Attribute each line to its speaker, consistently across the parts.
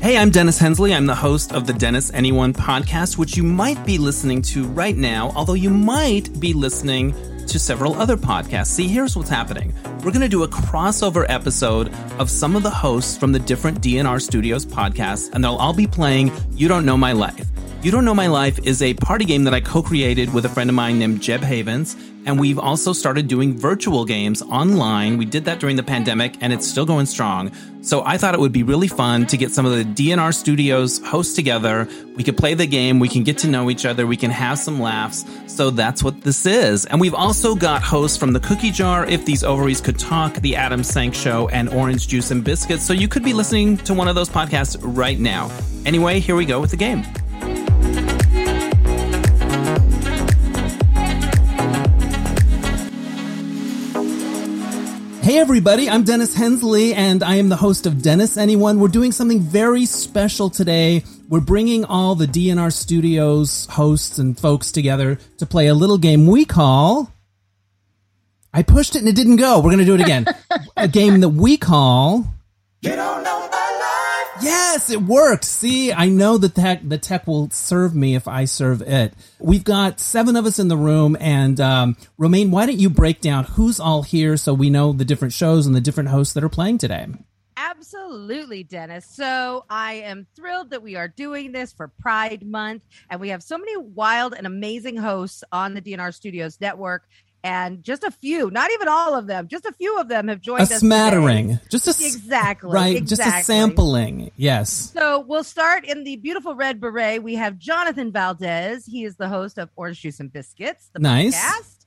Speaker 1: Hey, I'm Dennis Hensley. I'm the host of the Dennis Anyone podcast, which you might be listening to right now, although you might be listening to several other podcasts. See, here's what's happening. We're going to do a crossover episode of some of the hosts from the different DNR Studios podcasts, and they'll all be playing You Don't Know My Life. You Don't Know My Life is a party game that I co created with a friend of mine named Jeb Havens. And we've also started doing virtual games online. We did that during the pandemic, and it's still going strong. So I thought it would be really fun to get some of the DNR Studios hosts together. We could play the game, we can get to know each other, we can have some laughs. So that's what this is. And we've also got hosts from The Cookie Jar, If These Ovaries Could Talk, The Adam Sank Show, and Orange Juice and Biscuits. So you could be listening to one of those podcasts right now. Anyway, here we go with the game. Hey, everybody, I'm Dennis Hensley, and I am the host of Dennis Anyone. We're doing something very special today. We're bringing all the DNR Studios hosts and folks together to play a little game we call. I pushed it and it didn't go. We're going to do it again. a game that we call.
Speaker 2: You don't know my life.
Speaker 1: Yes, it worked. See, I know that tech, the tech will serve me if I serve it. We've got seven of us in the room, and um, Romaine, why don't you break down who's all here so we know the different shows and the different hosts that are playing today?
Speaker 3: Absolutely, Dennis. So I am thrilled that we are doing this for Pride Month, and we have so many wild and amazing hosts on the DNR Studios network. And just a few, not even all of them, just a few of them have joined
Speaker 1: A
Speaker 3: us. today.
Speaker 1: smattering, just a s-
Speaker 3: Exactly.
Speaker 1: right, just a
Speaker 3: exactly.
Speaker 1: sampling. Yes,
Speaker 3: So we'll start in the beautiful red beret. We have Jonathan Valdez. He is the host of Orange Juice and Biscuits, the
Speaker 1: Nice.
Speaker 3: podcast.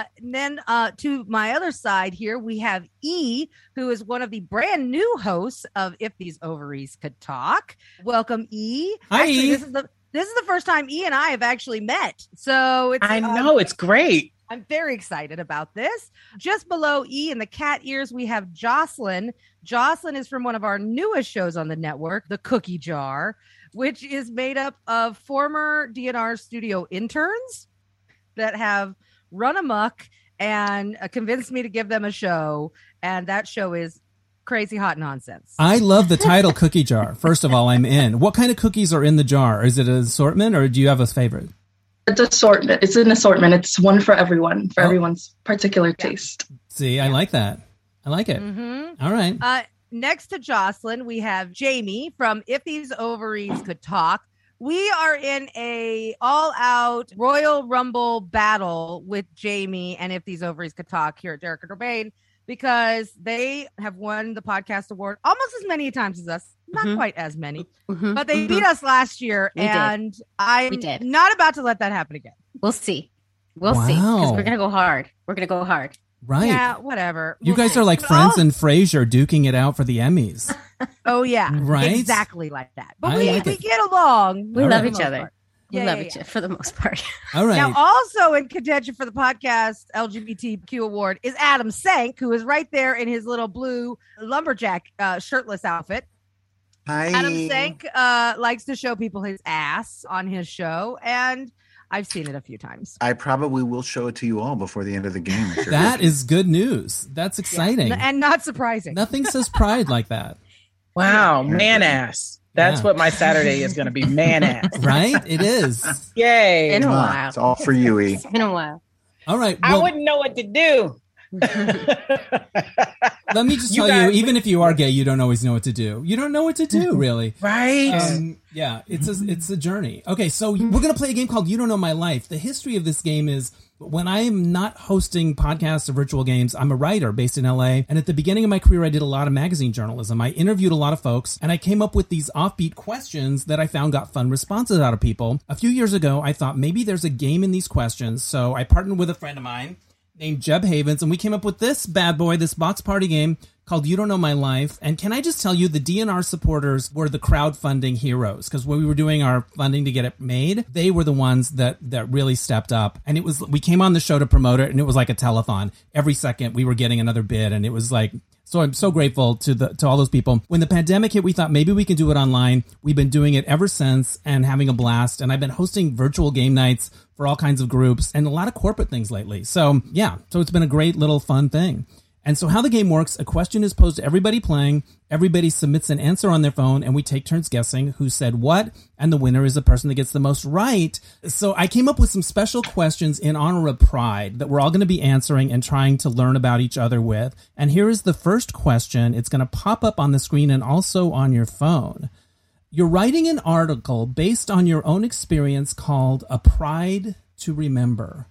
Speaker 3: Uh, and then uh, to my other side here, we have E, who is one of the brand new hosts of If These Ovaries Could Talk. Welcome, E.
Speaker 1: Hi,
Speaker 3: Actually,
Speaker 1: E.
Speaker 3: This is the this is the first time E and I have actually met. So it's
Speaker 4: I
Speaker 3: um,
Speaker 4: know it's great.
Speaker 3: I'm very excited about this. Just below E in the cat ears, we have Jocelyn. Jocelyn is from one of our newest shows on the network, The Cookie Jar, which is made up of former DNR studio interns that have run amok and uh, convinced me to give them a show. And that show is Crazy Hot Nonsense.
Speaker 1: I love the title "Cookie Jar." First of all, I'm in. What kind of cookies are in the jar? Is it an assortment, or do you have a favorite?
Speaker 5: It's assortment. It's an assortment. It's one for everyone, for
Speaker 1: Oh.
Speaker 5: everyone's particular taste.
Speaker 1: See, I like that. I like it.
Speaker 3: hmm
Speaker 1: All right.
Speaker 3: Uh, next to Jocelyn, we have Jamie from If These Ovaries Could Talk. We are in a all-out Royal Rumble battle with Jamie and If These Ovaries Could Talk here at Derek and Urbain because they have won the podcast award almost as many times as us. Not
Speaker 4: Mhm.
Speaker 3: quite as many,
Speaker 6: Mhm,
Speaker 3: but they
Speaker 6: mhm.
Speaker 3: beat us last year,
Speaker 6: Mm-hmm. We did.
Speaker 3: and I'm
Speaker 6: We did.
Speaker 3: not about to let that happen again.
Speaker 6: We'll see. We'll see. Because
Speaker 1: Wow.
Speaker 6: we're gonna go hard. We're gonna go hard.
Speaker 1: right.
Speaker 3: Yeah, whatever.
Speaker 1: You
Speaker 3: We'll
Speaker 1: guys
Speaker 3: see.
Speaker 1: are like
Speaker 3: But
Speaker 1: friends
Speaker 3: all-
Speaker 1: and Frasier duking it out for the Emmys.
Speaker 3: oh yeah,
Speaker 1: Right?
Speaker 3: exactly like that. But
Speaker 1: I
Speaker 3: we,
Speaker 1: like
Speaker 3: we
Speaker 1: it.
Speaker 3: get along.
Speaker 6: We
Speaker 1: All
Speaker 6: love
Speaker 1: right.
Speaker 6: each other. We
Speaker 3: Yeah,
Speaker 6: love
Speaker 3: yeah,
Speaker 6: each other for the most part.
Speaker 1: All right.
Speaker 3: Now, also in contention for the podcast LGBTQ award is Adam Sank, who is right there in his little blue lumberjack uh, shirtless outfit.
Speaker 2: Hi.
Speaker 3: Adam Sank uh, likes to show people his ass on his show, and I've seen it a few times.
Speaker 2: I probably will show it to you all before the end of the game. if you're
Speaker 1: that
Speaker 2: good.
Speaker 1: is good news. That's exciting.
Speaker 3: And not surprising.
Speaker 1: Nothing says pride like that,
Speaker 4: Wow, man ass. That's
Speaker 1: Yeah.
Speaker 4: what my Saturday is going to be, man ass.
Speaker 1: right? It is.
Speaker 4: Yay.
Speaker 6: And-
Speaker 2: Come on,
Speaker 6: Wow.
Speaker 2: It's all for you, E.
Speaker 6: It's been a while.
Speaker 1: All right.
Speaker 4: I
Speaker 1: Well,
Speaker 4: wouldn't know what to do.
Speaker 1: let me just
Speaker 4: You
Speaker 1: tell
Speaker 4: guys-
Speaker 1: you, even if you are gay, you don't always know what to do. You don't know what to do, really.
Speaker 4: right?
Speaker 1: Um, yeah, it's a, it's a journey. Okay, so we're gonna play a game called "You Don't Know My Life." The history of this game is when I am not hosting podcasts or virtual games, I'm a writer based in LA. And at the beginning of my career, I did a lot of magazine journalism. I interviewed a lot of folks, and I came up with these offbeat questions that I found got fun responses out of people. A few years ago, I thought maybe there's a game in these questions, so I partnered with a friend of mine named Jeb Havens, and we came up with this bad boy, this box party game called You Don't Know My Life. And can I just tell you, the DNR supporters were the crowdfunding heroes because when we were doing our funding to get it made, they were the ones that that really stepped up. And it was we came on the show to promote it, and it was like a telethon. Every second we were getting another bid, and it was like. So I'm so grateful to the to all those people. When the pandemic hit, we thought maybe we can do it online. We've been doing it ever since and having a blast. And I've been hosting virtual game nights for all kinds of groups and a lot of corporate things lately. So, yeah, so it's been a great little fun thing. And so, how the game works a question is posed to everybody playing. Everybody submits an answer on their phone, and we take turns guessing who said what. And the winner is the person that gets the most right. So, I came up with some special questions in honor of pride that we're all going to be answering and trying to learn about each other with. And here is the first question it's going to pop up on the screen and also on your phone. You're writing an article based on your own experience called A Pride to Remember.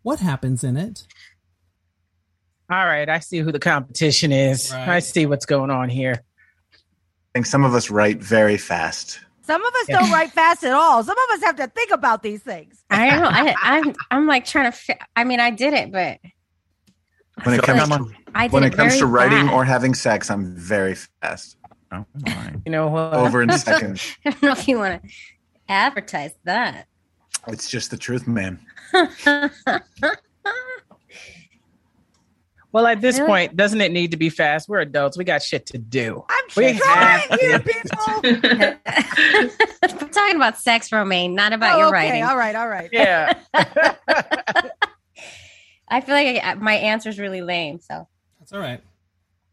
Speaker 1: What happens in it?
Speaker 4: All right, I see who the competition is.
Speaker 1: Right.
Speaker 4: I see what's going on here.
Speaker 2: think some of us write very fast.
Speaker 3: Some of us don't write fast at all. Some of us have to think about these things.
Speaker 6: I don't know. I, I'm I'm like trying to. Fi- I mean, I did it, but I
Speaker 2: When it
Speaker 6: feel
Speaker 2: comes
Speaker 6: like
Speaker 2: to,
Speaker 6: I did
Speaker 2: when
Speaker 6: it
Speaker 2: it comes
Speaker 6: very
Speaker 2: to writing
Speaker 6: bad.
Speaker 2: or having sex, I'm very fast. Oh, my.
Speaker 4: You know what?
Speaker 2: Over in seconds.
Speaker 6: I don't know if you want to advertise that.
Speaker 2: It's just the truth, man.
Speaker 4: Well, at this
Speaker 6: Really?
Speaker 4: point, doesn't it need to be fast? We're adults. We got shit to do.
Speaker 3: I'm trying
Speaker 4: We have
Speaker 3: here,
Speaker 4: to.
Speaker 3: people.
Speaker 6: We're talking about sex, Romaine, not about
Speaker 3: Oh,
Speaker 6: your
Speaker 3: okay,
Speaker 6: writing.
Speaker 3: all right, all right.
Speaker 4: Yeah.
Speaker 6: I feel like I, my answer's really lame, so
Speaker 1: That's all right.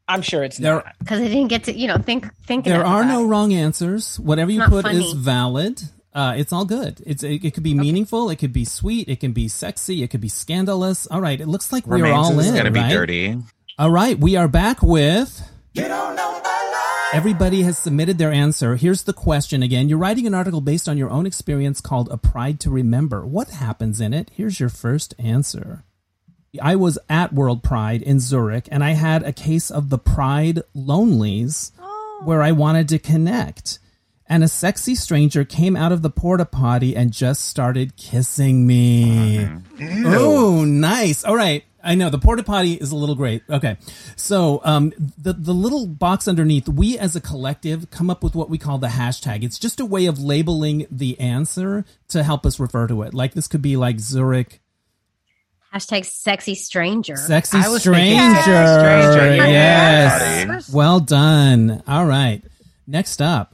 Speaker 4: I'm sure it's
Speaker 1: There-
Speaker 4: not.
Speaker 6: because I didn't get to, you know, think think.
Speaker 1: There
Speaker 6: enough
Speaker 1: are
Speaker 6: about
Speaker 1: no
Speaker 6: it.
Speaker 1: wrong answers. Whatever you
Speaker 6: Not
Speaker 1: put is
Speaker 6: funny.
Speaker 1: valid. Uh, it's all good. It's it, it could be meaningful. It could be sweet. It can be sexy. It could be scandalous. All right. It looks like we're
Speaker 7: Remains
Speaker 1: all
Speaker 7: is
Speaker 1: in.
Speaker 7: gonna be
Speaker 1: right?
Speaker 7: dirty.
Speaker 1: All right, we are back with. Everybody has submitted their answer. Here's the question again. You're writing an article based on your own experience called A Pride to Remember. What happens in it? Here's your first answer. I was at World Pride in Zurich and I had a case of the Pride Lonelies where I wanted to connect. And a sexy stranger came out of the porta potty and just started kissing me. Oh, nice. All right. I know the porta potty is a little great. Okay. So, um, the, the little box underneath, we as a collective come up with what we call the hashtag. It's just a way of labeling the answer to help us refer to it. Like this could be like Zurich
Speaker 6: Hashtag sexy stranger.
Speaker 1: sexy
Speaker 4: I was
Speaker 1: stranger.
Speaker 4: thinking sexy stranger. Yeah.
Speaker 1: Yes.
Speaker 7: Potty.
Speaker 1: Well done. All right. Next up.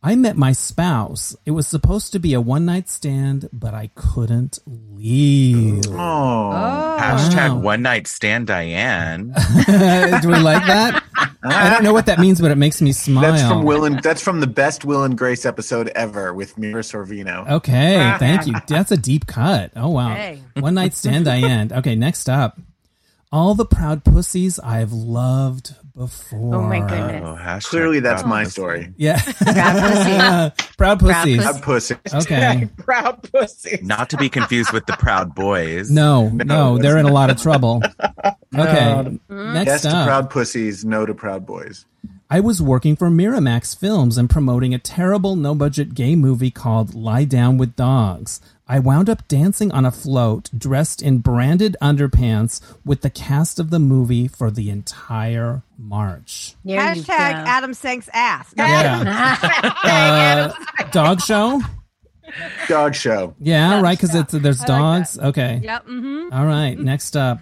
Speaker 1: I met my spouse. It was supposed to be a one night stand, but I couldn't leave.
Speaker 2: Oh.
Speaker 3: Oh,
Speaker 7: Hashtag
Speaker 1: Wow.
Speaker 7: one night stand Diane.
Speaker 1: Do we like that? I don't know what that means, but it makes me smile.
Speaker 2: Ah, That's from Will and that's from the best Will and Grace episode ever with Mira Sorvino.
Speaker 1: Oh, Okay, thank you. That's a deep cut. Oh wow.
Speaker 3: Hey.
Speaker 1: One night stand I end. Okay, next up. All the proud pussies I've loved before.
Speaker 6: Oh my
Speaker 7: Oh,
Speaker 6: goodness.
Speaker 7: hashtag
Speaker 2: Clearly, that's
Speaker 7: proud
Speaker 2: my
Speaker 7: pussy.
Speaker 2: story.
Speaker 1: Yeah.
Speaker 6: Proud
Speaker 1: proud pussies.
Speaker 2: I'm pussy.
Speaker 1: Okay.
Speaker 4: Proud pussy.
Speaker 7: Not to be confused with the Proud Boys.
Speaker 1: No, no,
Speaker 2: No, Um,
Speaker 1: they're in a lot of trouble. Okay.
Speaker 4: No.
Speaker 1: Next
Speaker 2: Yes to
Speaker 1: up.
Speaker 2: proud pussies, no to proud boys.
Speaker 1: I was working for Miramax Films and promoting a terrible no budget gay movie called Lie Down with Dogs. I wound up dancing on a float dressed in branded underpants with the cast of the movie for the entire march.
Speaker 6: There you
Speaker 3: hashtag
Speaker 6: go.
Speaker 3: Adam Sank's ass.
Speaker 1: Yeah. Uh, dog show?
Speaker 2: Dog show.
Speaker 1: Yeah, right, because there's dogs. Okay.
Speaker 6: Uh,
Speaker 3: Yep. Mm-hmm.
Speaker 1: All right, next up.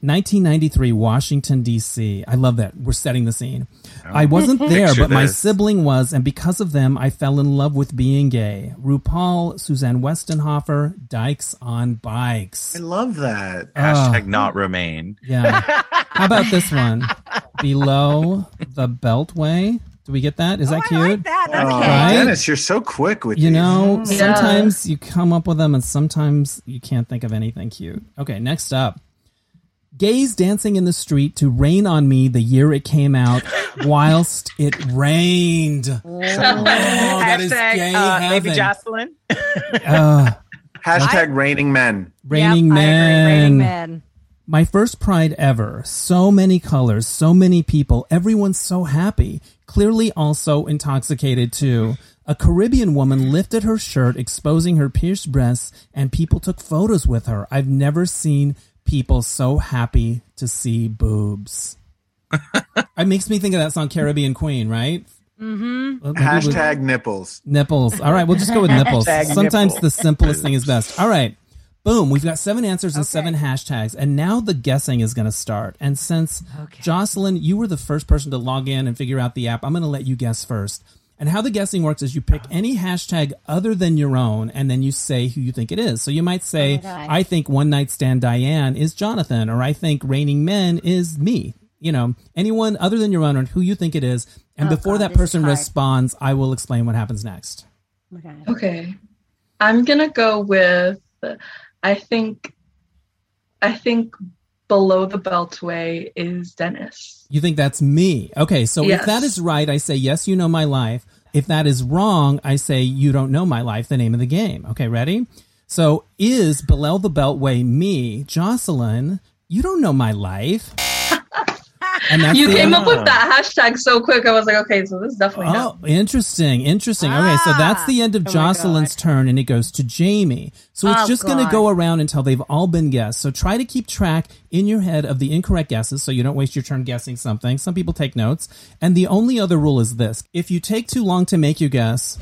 Speaker 1: 1993, Washington, D.C. I love that. We're setting the scene. I wasn't there,
Speaker 7: Oh. Picture
Speaker 1: but my
Speaker 7: this.
Speaker 1: sibling was, and because of them, I fell in love with being gay. RuPaul, Suzanne Westenhofer, Dykes on
Speaker 2: I
Speaker 1: Bikes.
Speaker 2: love that.
Speaker 1: Oh.
Speaker 7: Hashtag not Romaine.
Speaker 1: Yeah. How about this one? Below the Beltway. Do we get that? Is that
Speaker 3: Oh, I
Speaker 1: cute?
Speaker 3: like that. That's
Speaker 2: Oh,
Speaker 3: cute.
Speaker 1: Right?
Speaker 2: Dennis, you're so quick with
Speaker 1: You
Speaker 2: these.
Speaker 1: know,
Speaker 6: Yeah.
Speaker 1: sometimes you come up with them and sometimes you can't think of anything cute. Okay, next up. Gays dancing in the street to Rain on Me the year it came out whilst it rained. Oh, that is gay
Speaker 4: Hashtag uh,
Speaker 1: heaven.
Speaker 4: Baby Jocelyn.
Speaker 1: Uh,
Speaker 2: Hashtag raining men.
Speaker 1: raining
Speaker 3: Yep, I
Speaker 1: men.
Speaker 3: agree. Raining men.
Speaker 1: My first pride ever. So many colors, so many people, everyone's so happy. Clearly also intoxicated too. a Caribbean woman lifted her shirt, exposing her pierced breasts, and people took photos with her. I've never seen people so happy to see boobs. it makes me think of that song Caribbean Queen, right?
Speaker 3: Mm-hmm.
Speaker 1: Well, maybe it was-
Speaker 2: Hashtag nipples.
Speaker 1: Nipples. All right, we'll just go with nipples.
Speaker 4: Hashtag
Speaker 1: Sometimes
Speaker 4: nipples.
Speaker 1: the simplest thing is best. All right. Boom, we've got seven answers and
Speaker 3: Okay.
Speaker 1: seven hashtags, and now the guessing is going to start. And since
Speaker 3: Okay.
Speaker 1: Jocelyn, you were the first person to log in and figure out the app, I'm going to let you guess first. And how the guessing works is you pick any hashtag other than your own, and then you say who you think it is. So you might say,
Speaker 6: Oh my God.
Speaker 1: I think One Night Stand Diane is Jonathan, or I think Raining Men is me. You know, anyone other than your own, and who you think it is. And
Speaker 6: Oh
Speaker 1: before
Speaker 6: God,
Speaker 1: that
Speaker 6: this is
Speaker 1: person
Speaker 6: hard.
Speaker 1: responds, I will explain what happens next.
Speaker 6: Oh my God.
Speaker 5: Okay. I'm gonna go with I think I think below the beltway is Dennis.
Speaker 1: You think that's me. Okay, so if
Speaker 5: Yes.
Speaker 1: that is right, I say, yes, you know my life. If that is wrong, I say, you don't know my life, the name of the game. Okay, ready? So is below the beltway me, Jocelyn? You don't know my life. And that's
Speaker 5: you
Speaker 1: the
Speaker 5: came
Speaker 1: end.
Speaker 5: up with that hashtag so quick. I was like, okay, so this is definitely
Speaker 1: Oh, interesting, interesting. Okay, so that's the end of
Speaker 6: Ah. Oh my
Speaker 1: Jocelyn's
Speaker 6: God.
Speaker 1: turn, and it goes to Jamie. So it's
Speaker 3: Oh,
Speaker 1: just going to
Speaker 3: God.
Speaker 1: go around until they've all been guessed. So try to keep track in your head of the incorrect guesses, so you don't waste your turn guessing something. Some people take notes, and the only other rule is this: if you take too long to make your guess,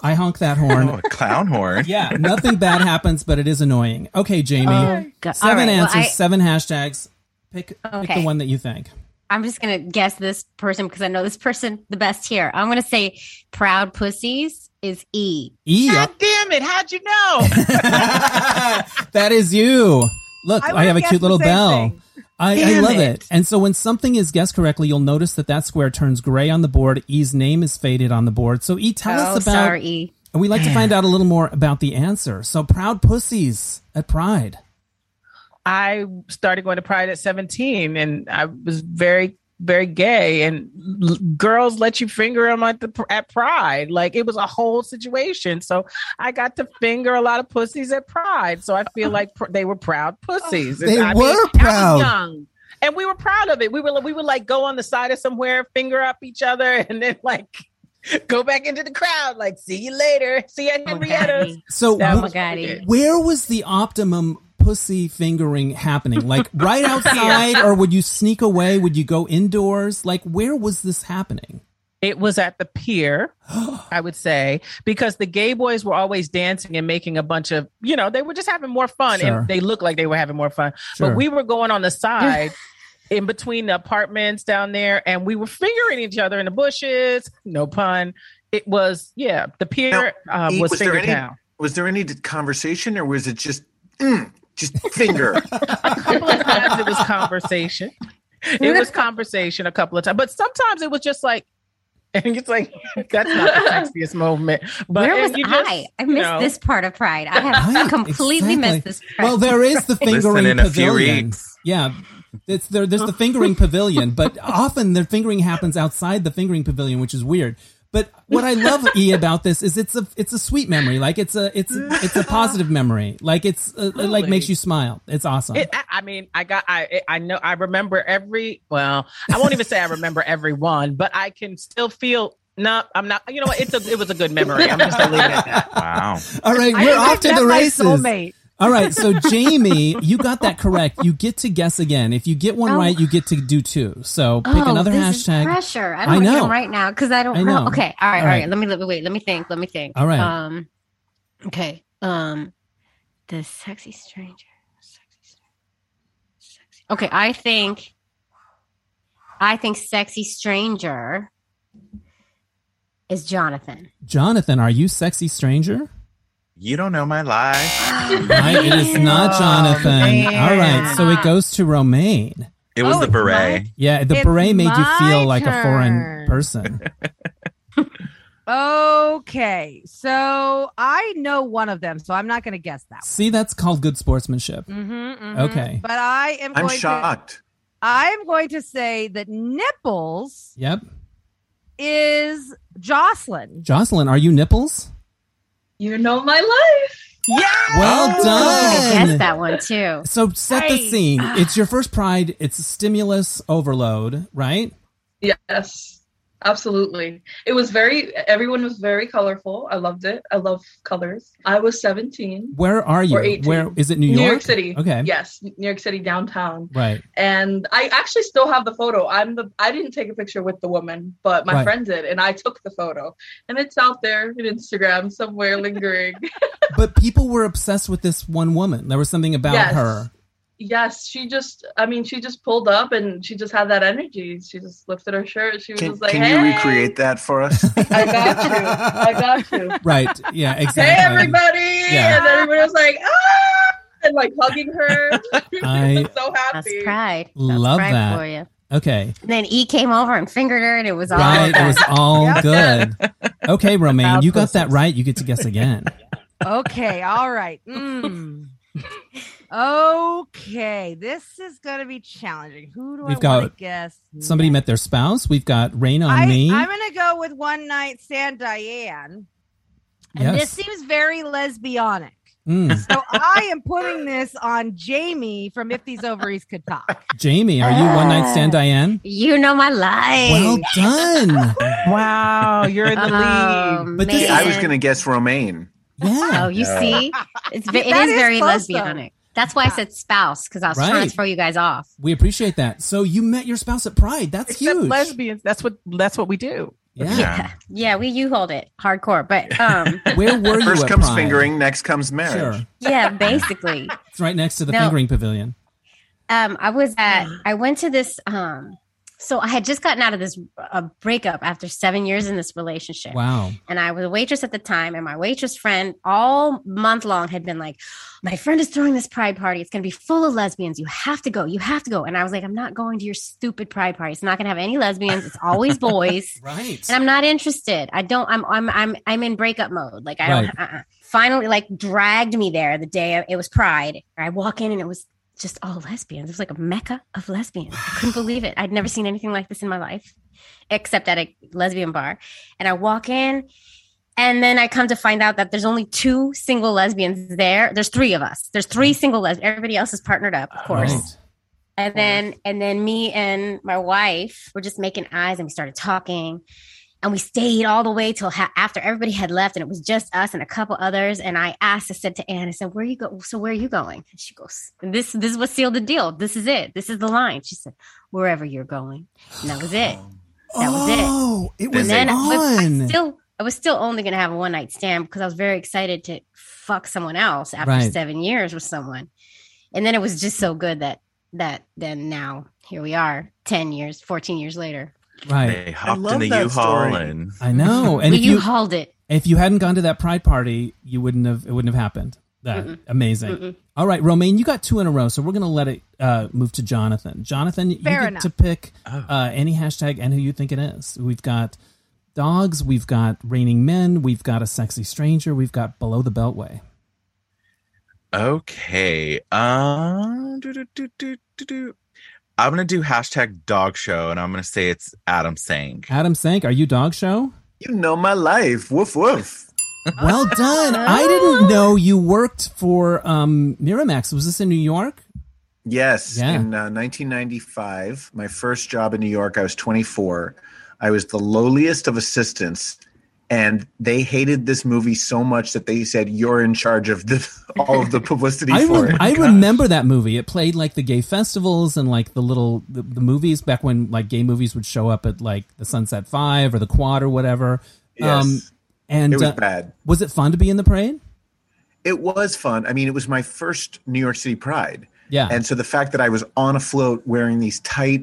Speaker 1: I honk that
Speaker 7: Oh,
Speaker 1: horn.
Speaker 7: a clown horn.
Speaker 1: yeah, nothing bad happens, but it is annoying. Okay, Jamie,
Speaker 6: Oh, God. All
Speaker 1: seven
Speaker 6: right, well,
Speaker 1: answers,
Speaker 6: I-
Speaker 1: seven hashtags. Pick, pick the
Speaker 6: Okay.
Speaker 1: one that you think.
Speaker 6: I'm just gonna guess this person because I know this person the best here. I'm gonna say proud pussies is E.
Speaker 1: E.
Speaker 4: God damn it! How'd you know?
Speaker 1: that is you. Look, I,
Speaker 3: would've
Speaker 1: have a
Speaker 3: guessed
Speaker 1: cute
Speaker 3: the
Speaker 1: little
Speaker 3: same
Speaker 1: bell.
Speaker 3: thing.
Speaker 1: I, I
Speaker 4: Damn
Speaker 1: love it.
Speaker 4: it.
Speaker 1: And so when something is guessed correctly, you'll notice that that square turns gray on the board. E's name is faded on the board. So E, tell
Speaker 6: oh,
Speaker 1: us about.
Speaker 6: sorry, E.
Speaker 1: And we like to find out a little more about the answer. So proud pussies at Pride.
Speaker 4: I started going to Pride at 17 and I was very, very gay. And l- girls let you finger them at, the, pr- at Pride. Like it was a whole situation. So I got to finger a lot of pussies at Pride. So I feel like pr- they were proud pussies.
Speaker 1: They
Speaker 4: I
Speaker 1: were
Speaker 4: I was
Speaker 1: proud.
Speaker 4: young. And we were proud of it. We were we would like go on the side of somewhere, finger up each other, and then like go back into the crowd. Like, see you later. See you at
Speaker 6: Oh, God,
Speaker 4: Henrietta's.
Speaker 6: E.
Speaker 1: So
Speaker 4: That
Speaker 6: Oh
Speaker 1: wh-
Speaker 6: my
Speaker 4: was
Speaker 6: God,
Speaker 4: really
Speaker 6: E.
Speaker 4: good.
Speaker 1: where was the optimum pussy fingering happening? Like right outside, or would you sneak away? Would you go indoors? Like where was this happening?
Speaker 4: It was at the pier. I would say, because the gay boys were always dancing and making a bunch of, you know, they were just having more fun
Speaker 1: Sure.
Speaker 4: and they looked like they were having more fun.
Speaker 1: Sure.
Speaker 4: But we were going on the side in between the apartments down there and we were fingering each other in the bushes. No pun. It was, yeah, the pier uh,
Speaker 2: E,
Speaker 4: was,
Speaker 2: was there
Speaker 4: finger
Speaker 2: any-
Speaker 4: town.
Speaker 2: Was there any conversation or was it just mm, just finger?
Speaker 4: A couple of times it was conversation. It was conversation a couple of times, but sometimes it was just like, and it's like that's not the sexiest moment. But
Speaker 6: Where
Speaker 4: and
Speaker 6: was
Speaker 4: you just,
Speaker 6: I? I
Speaker 4: you
Speaker 6: missed
Speaker 4: know.
Speaker 6: this part of Pride. I have
Speaker 1: Right,
Speaker 6: completely missed
Speaker 1: exactly.
Speaker 6: this. Part.
Speaker 1: Well, there is the
Speaker 7: Listen,
Speaker 1: fingering
Speaker 7: in a few
Speaker 1: pavilion.
Speaker 7: weeks.
Speaker 1: Yeah, it's there. There's the fingering pavilion, but often the fingering happens outside the fingering pavilion, which is weird. But what I love E about this is it's a it's a sweet memory. Like it's a it's it's a positive memory. Like it's uh, it like
Speaker 4: Totally.
Speaker 1: makes you smile. It's awesome.
Speaker 4: It, I, I mean, I got, I, it- I know, I remember every. Well, I won't even say I remember every one, but I can still feel. No, I'm not. You know what? It's a. It was a good memory. I'm just gonna leave it at that.
Speaker 7: Wow.
Speaker 1: All right,
Speaker 3: I
Speaker 1: we're
Speaker 3: think
Speaker 1: off to
Speaker 3: I've
Speaker 1: the
Speaker 3: met my
Speaker 1: races.
Speaker 3: soulmate.
Speaker 1: All right, so Jamie, you got that correct. You get to guess again. If you get one
Speaker 6: Oh.
Speaker 1: right, you get to do two. So pick another
Speaker 6: this is
Speaker 1: hashtag.
Speaker 6: pressure. I
Speaker 1: I
Speaker 6: don't know.
Speaker 1: know.
Speaker 6: right now because I don't
Speaker 1: I
Speaker 6: know.
Speaker 1: know.
Speaker 6: Okay. All
Speaker 1: All
Speaker 6: right. All right.
Speaker 1: right.
Speaker 6: Let me let me- wait. Let me think. Let me think.
Speaker 1: All right.
Speaker 6: Um. Okay. Um. The sexy stranger. Sexy. stranger. Sexy. Okay. I think. I think sexy stranger is Jonathan.
Speaker 1: Jonathan, are you sexy stranger?
Speaker 7: You don't know my life.
Speaker 1: Right, it is not
Speaker 4: Oh,
Speaker 1: Jonathan.
Speaker 4: man.
Speaker 1: All right, so it goes to Romaine.
Speaker 7: It was
Speaker 3: Oh,
Speaker 7: the
Speaker 3: it's
Speaker 7: beret.
Speaker 1: Yeah, the
Speaker 3: It's
Speaker 1: beret made you
Speaker 3: my
Speaker 1: feel like a foreign
Speaker 3: turn.
Speaker 1: person.
Speaker 3: Okay, so I know one of them, so I'm not going to guess that.
Speaker 1: See, that's called good sportsmanship.
Speaker 3: One. Mhm, mhm.
Speaker 1: Okay.
Speaker 3: but I am.
Speaker 2: Mm-hmm, I'm
Speaker 3: going To,
Speaker 2: shocked.
Speaker 3: I'm going to say that nipples
Speaker 1: Yep.
Speaker 3: is Jocelyn.
Speaker 1: Jocelyn, are you nipples?
Speaker 5: you know my life.
Speaker 1: Well
Speaker 3: Oh,
Speaker 6: I guess
Speaker 1: done.
Speaker 6: that one too.
Speaker 1: So set the
Speaker 3: Hey.
Speaker 1: scene. It's your first pride. It's stimulus overload, right?
Speaker 5: Yes. Absolutely. It was very, everyone was very colorful. I loved it. I love colors. I was 17.
Speaker 1: Where are you?
Speaker 5: Or 18.
Speaker 1: Where is it? New York.
Speaker 5: New York City.
Speaker 1: Okay.
Speaker 5: Yes, New York City downtown.
Speaker 1: Right.
Speaker 5: And I actually still have the photo. I'm the I didn't take a picture with the woman, but my
Speaker 1: Right.
Speaker 5: friend did, and I took the photo. And it's out there in Instagram somewhere lingering.
Speaker 1: But people were obsessed with this one woman. There was something about
Speaker 5: Yes.
Speaker 1: her.
Speaker 5: yes, she just I mean, she just pulled up and she just had that energy. She just lifted her shirt. She was
Speaker 2: Can,
Speaker 5: just like,
Speaker 2: can
Speaker 5: hey,
Speaker 2: you recreate that for us?
Speaker 5: I got you. I got you.
Speaker 1: Right. Yeah. Exactly.
Speaker 5: Hey everybody.
Speaker 1: Yeah.
Speaker 5: And everybody was like, ah and like hugging her.
Speaker 1: I
Speaker 5: so
Speaker 6: That's
Speaker 5: happy.
Speaker 6: pride. That's
Speaker 1: Love
Speaker 6: pride
Speaker 1: that.
Speaker 6: for you.
Speaker 1: Okay.
Speaker 6: And then E came over and fingered her, and it was all
Speaker 1: Right. It
Speaker 6: that.
Speaker 1: was all
Speaker 3: Yeah.
Speaker 1: good. Okay, Romaine,
Speaker 4: Proud
Speaker 1: you got that
Speaker 4: pussies.
Speaker 1: right. You get to guess again.
Speaker 3: okay, all right. Mm. Okay, this is gonna be challenging. Who do
Speaker 1: We've
Speaker 3: I want
Speaker 1: got
Speaker 3: to guess?
Speaker 1: Somebody met
Speaker 3: next?
Speaker 1: their spouse. We've got rain on
Speaker 3: I,
Speaker 1: me.
Speaker 3: I'm gonna go with one night stand Diane. And this
Speaker 1: yes.
Speaker 3: seems very lesbianic.
Speaker 1: Mm.
Speaker 3: So I am putting this on Jamie from If These Ovaries Could Talk.
Speaker 1: Jamie, are you one night stand Diane?
Speaker 6: You know my life.
Speaker 1: Well done.
Speaker 4: Wow, you're in the
Speaker 6: Oh,
Speaker 4: lead.
Speaker 1: But this-
Speaker 6: man.
Speaker 2: I was going to guess romaine.
Speaker 6: Oh,
Speaker 1: Yeah.
Speaker 6: you
Speaker 7: Yeah.
Speaker 6: see, it's ve- it
Speaker 3: That
Speaker 6: is
Speaker 3: is
Speaker 6: very
Speaker 3: close, though.
Speaker 6: lesbianic. That's why I said spouse because I was trying
Speaker 1: Right.
Speaker 6: to throw you guys off.
Speaker 1: We appreciate that. So you met your spouse at Pride. That's
Speaker 4: Except
Speaker 1: huge.
Speaker 4: lesbians. That's what that's what we do.
Speaker 1: yeah.
Speaker 7: Yeah.
Speaker 6: Yeah, we you hold it hardcore, but um,
Speaker 1: Where were you
Speaker 2: First
Speaker 1: at
Speaker 2: comes
Speaker 1: Pride?
Speaker 2: fingering, next comes
Speaker 1: Sure.
Speaker 2: marriage.
Speaker 6: yeah, basically.
Speaker 1: It's right next to the
Speaker 6: No.
Speaker 1: fingering pavilion.
Speaker 6: um, I was at, I went to this, um, so I had just gotten out of this uh, breakup after seven years in this relationship.
Speaker 1: Wow.
Speaker 6: And I was a waitress at the time, and my waitress friend all month long had been like, My friend is throwing this pride party. It's going to be full of lesbians. You have to go. You have to go. And I was like, I'm not going to your stupid pride party. It's not going to have any lesbians. It's always boys.
Speaker 1: Right.
Speaker 6: and I'm not interested. I don't. I'm I'm I'm I'm in breakup mode. Like I
Speaker 1: Right.
Speaker 6: don't. Uh-uh. Finally, like dragged me there the day of- it was Pride. I walk in and it was just all lesbians. It was like a mecca of lesbians. I couldn't believe it. I'd never seen anything like this in my life, except at a lesbian bar. And I walk in. And then I come to find out that there's only two single lesbians there. There's three of us. There's
Speaker 1: Mm.
Speaker 6: three single lesbians. Everybody else is partnered up,
Speaker 1: Oh.
Speaker 6: of course.
Speaker 1: Right.
Speaker 6: And then and then me and my wife were just making eyes and we started talking. And we stayed all the way till ha- after everybody had left, and it was just us and a couple others. And I asked, I said to Anne, I said, "Where you go? So where are you going?" And she goes, "This, this is what sealed the deal. This is it. This is the line." She said, "Wherever you're going," and that was it. That was it.
Speaker 1: oh, it was
Speaker 6: And then I,
Speaker 1: on.
Speaker 6: was, I still, I was still only going to have a one night stand because I was very excited to fuck someone else after
Speaker 1: Right.
Speaker 6: seven years with someone, and then it was just so good that that then now here we are, ten years, fourteen years later.
Speaker 1: right.
Speaker 7: They hopped
Speaker 2: love
Speaker 7: in the
Speaker 2: that
Speaker 7: U-Haul
Speaker 2: story.
Speaker 7: and
Speaker 1: I know. And
Speaker 6: But
Speaker 1: if
Speaker 6: you,
Speaker 1: you
Speaker 6: hauled it.
Speaker 1: if you hadn't gone to that Pride party, you wouldn't have it wouldn't have happened. That
Speaker 6: Mm-mm.
Speaker 1: amazing.
Speaker 6: Mm-mm.
Speaker 1: All right, Romaine, you got two in a row, so we're gonna let it uh, move to Jonathan. Jonathan, you
Speaker 3: Fair
Speaker 1: get
Speaker 3: enough.
Speaker 1: to pick
Speaker 7: Oh.
Speaker 1: uh, any hashtag and who you think it is. We've got dogs, we've got raining men, we've got a sexy stranger, we've got below the beltway.
Speaker 7: okay. Um, do, do, do, do, do, do. I'm gonna do hashtag dog show and I'm gonna say it's Adam Sank.
Speaker 1: Adam Sank, are you dog show?
Speaker 2: You know my life. Woof woof.
Speaker 1: Well done. I didn't know you worked for um, Miramax. Was this in New York?
Speaker 2: Yes.
Speaker 1: Yeah.
Speaker 2: In uh, 1995, my first job in New York, I was 24. I was the lowliest of assistants, and they hated this movie so much that they said, "You're in charge of the, all of the publicity
Speaker 1: I,
Speaker 2: for
Speaker 1: re-
Speaker 2: it."
Speaker 1: I remember that movie. It played like the gay festivals and like the little the, the movies back when like gay movies would show up at like the Sunset Five or the Quad or whatever.
Speaker 2: Yes.
Speaker 1: and
Speaker 2: it was
Speaker 1: uh,
Speaker 2: bad.
Speaker 1: was it fun to be in the parade?
Speaker 2: It was fun. I mean, it was my first New York City Pride.
Speaker 1: Yeah.
Speaker 2: And so the fact that I was on a float wearing these tight,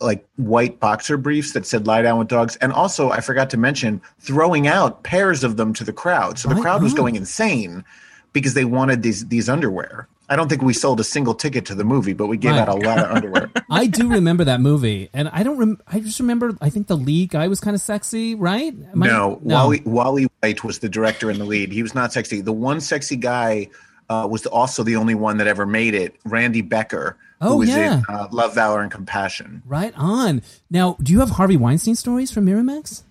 Speaker 2: like white boxer briefs that said lie down with dogs. And also, I forgot to mention throwing out pairs of them to the crowd. So the
Speaker 1: Right
Speaker 2: crowd was
Speaker 1: on.
Speaker 2: going insane because they wanted these, these underwear. I don't think we sold a single ticket to the movie, but we gave
Speaker 1: Right.
Speaker 2: out a lot of underwear.
Speaker 1: I do remember that movie, and I don't. Rem- I just remember. I think the lead guy was kind of sexy, right? Am I-
Speaker 2: no, Wally, Wally White was the director in the lead. He was not sexy. The one sexy guy uh, was also the only one that ever made it, Randy Becker,
Speaker 1: Oh,
Speaker 2: who was
Speaker 1: yeah.
Speaker 2: in uh, Love, Valor, and Compassion.
Speaker 1: Right on. Now, do you have Harvey Weinstein stories from Miramax?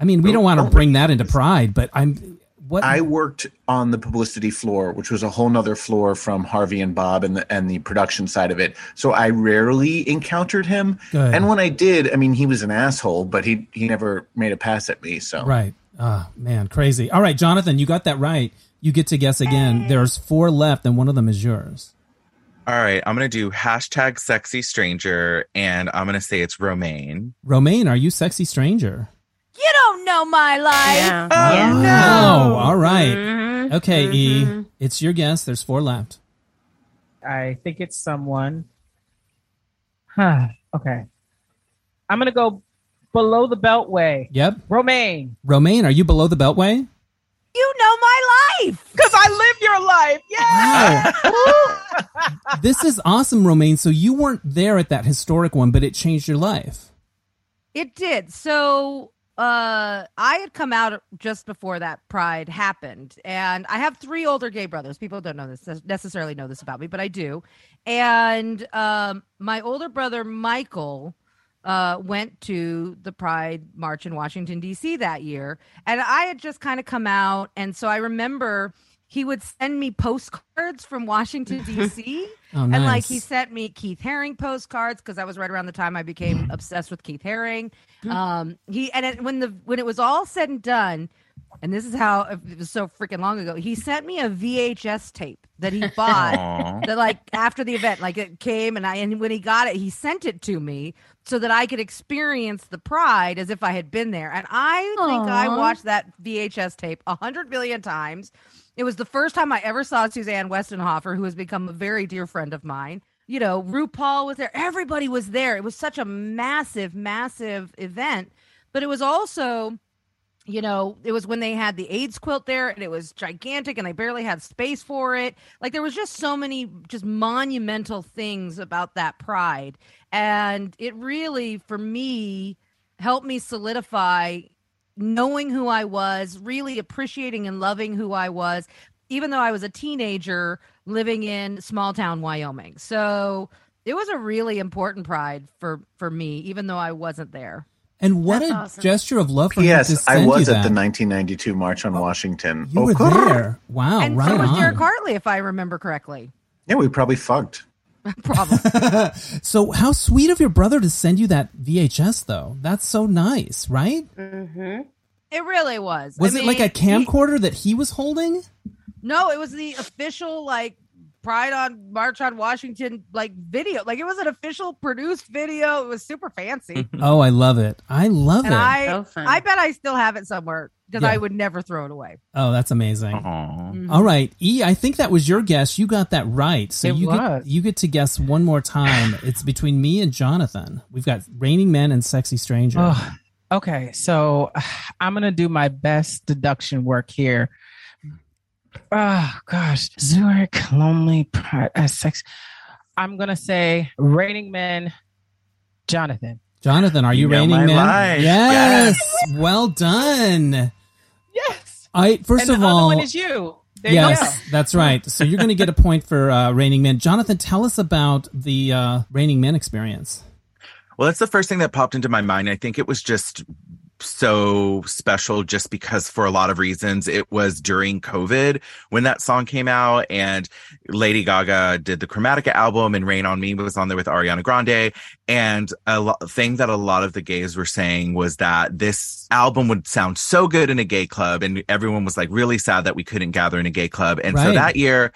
Speaker 1: I mean, we
Speaker 2: Oh,
Speaker 1: don't want to
Speaker 2: oh,
Speaker 1: bring that into Pride, but I'm. What?
Speaker 2: I worked on the publicity floor, which was a whole nother floor from Harvey and Bob and the and the production side of it. So I rarely encountered him.
Speaker 1: Good.
Speaker 2: And when I did, I mean he was an asshole, but he he never made a pass at me. So
Speaker 1: Right. Ah, man, crazy. All right, Jonathan, you got that right. You get to guess again. There's four left, and one of them is yours.
Speaker 7: All right, I'm gonna do hashtag sexy stranger, and I'm gonna say it's romaine.
Speaker 1: Romaine, are you sexy stranger?
Speaker 3: You don't know my life.
Speaker 6: Yeah.
Speaker 1: Oh,
Speaker 4: no.
Speaker 1: all right.
Speaker 3: Mm-hmm.
Speaker 6: Mhm.
Speaker 1: Okay,
Speaker 6: Mhm.
Speaker 1: E, it's your guess. There's four left.
Speaker 4: I think it's someone. Huh. Okay. I'm gonna go below the beltway.
Speaker 1: Yep.
Speaker 4: Romaine.
Speaker 1: Romaine, are you below the beltway?
Speaker 3: You know my life.
Speaker 4: Because I live your life. Yeah.
Speaker 1: This is awesome, Romaine. So you weren't there at that historic one, but it changed your life.
Speaker 3: It did. So uh I had come out just before that pride happened. And I have three older gay brothers. People don't know this necessarily know this about me, but I do. And um my older brother Michael uh went to the pride march in Washington DC that year and I had just kind of come out and so I remember he would send me postcards from Washington DC
Speaker 1: Oh, nice.
Speaker 3: And like he sent me Keith Haring postcards because that was right around the time I
Speaker 1: Mm.
Speaker 3: became obsessed with Keith Haring. Um, he and it, when the when it was all said and done, and this is how it was so freaking long ago. He sent me a VHS tape that he bought
Speaker 7: Aw.
Speaker 3: that like after the event, like it came and I and when he got it, he sent it to me so that I could experience the pride as if I had been there. And I think I
Speaker 6: Aw.
Speaker 3: watched that VHS tape a hundred million times. It was the first time I ever saw Suzanne Westenhofer, who has become a very dear friend of mine. You know, RuPaul was there. Everybody was there. It was such a massive, massive event. But it was also, you know, it was when they had the AIDS quilt there and it was gigantic and they barely had space for it. Like there was just so many just monumental things about that pride. And it really, for me, helped me solidify knowing who I was, really appreciating and loving who I was, even though I was a teenager living in small town Wyoming. So it was a really important pride for for me, even though I wasn't there.
Speaker 1: and what
Speaker 6: That's
Speaker 1: a
Speaker 6: awesome.
Speaker 1: gesture of love for him to
Speaker 2: P.S. I
Speaker 1: send
Speaker 2: was
Speaker 1: you
Speaker 2: at the
Speaker 1: that.
Speaker 2: Oh,
Speaker 1: Oh,
Speaker 2: 1992 March on Washington.
Speaker 1: You were
Speaker 2: grr.
Speaker 1: there. Wow,
Speaker 3: and
Speaker 1: Oh, right
Speaker 3: so was
Speaker 1: on.
Speaker 3: Derek Hartley, if I remember correctly.
Speaker 2: Yeah, we probably fucked.
Speaker 3: Probably.
Speaker 1: so how sweet of your brother to send you that VHS though. That's so nice, right?
Speaker 6: Mhm.
Speaker 3: it really was. I
Speaker 1: Was it like
Speaker 3: mean,
Speaker 1: a camcorder that he was holding?
Speaker 3: No, it was the official like Pride on March on Washington like video. Like it was an official produced video. It was super fancy.
Speaker 7: Mm-hmm.
Speaker 1: Oh, I love it. I love
Speaker 3: and
Speaker 1: it.
Speaker 3: I
Speaker 6: So fun.
Speaker 3: I bet I still have it somewhere because
Speaker 1: Hmm. Yeah.
Speaker 3: I would never throw it away.
Speaker 1: oh, that's amazing.
Speaker 7: Aw.
Speaker 1: All right, E, I think that was your guess. You got that right. So
Speaker 4: It
Speaker 1: you
Speaker 4: was.
Speaker 1: get you get to guess one more time. it's between me and Jonathan. We've got Raining Men and Sexy Stranger.
Speaker 4: Ugh. okay. So I'm gonna do my best deduction work here. Oh gosh. Zurich, lonely, pride, uh, sex. I'm gonna say reigning men, Jonathan.
Speaker 1: Jonathan, are you,
Speaker 7: You know
Speaker 1: Raining
Speaker 7: my
Speaker 1: Man?
Speaker 7: life.
Speaker 1: Yes. Well done.
Speaker 4: Yes.
Speaker 1: I first
Speaker 4: and
Speaker 1: of
Speaker 4: the
Speaker 1: all
Speaker 4: other one is you. There you go.
Speaker 1: yes, that's right. So you're going to get a point for uh, Raining Men. Jonathan, tell us about the uh, Raining Men experience.
Speaker 7: Well, that's the first thing that popped into my mind. I think it was just so special just because for a lot of reasons it was during covid when that song came out and lady gaga did the chromatica album and rain on me was on there with ariana grande and a lo- thing that a lot of the gays were saying was that this album would sound so good in a gay club and everyone was like really sad that we couldn't gather in a gay club and so
Speaker 1: Right.
Speaker 7: that year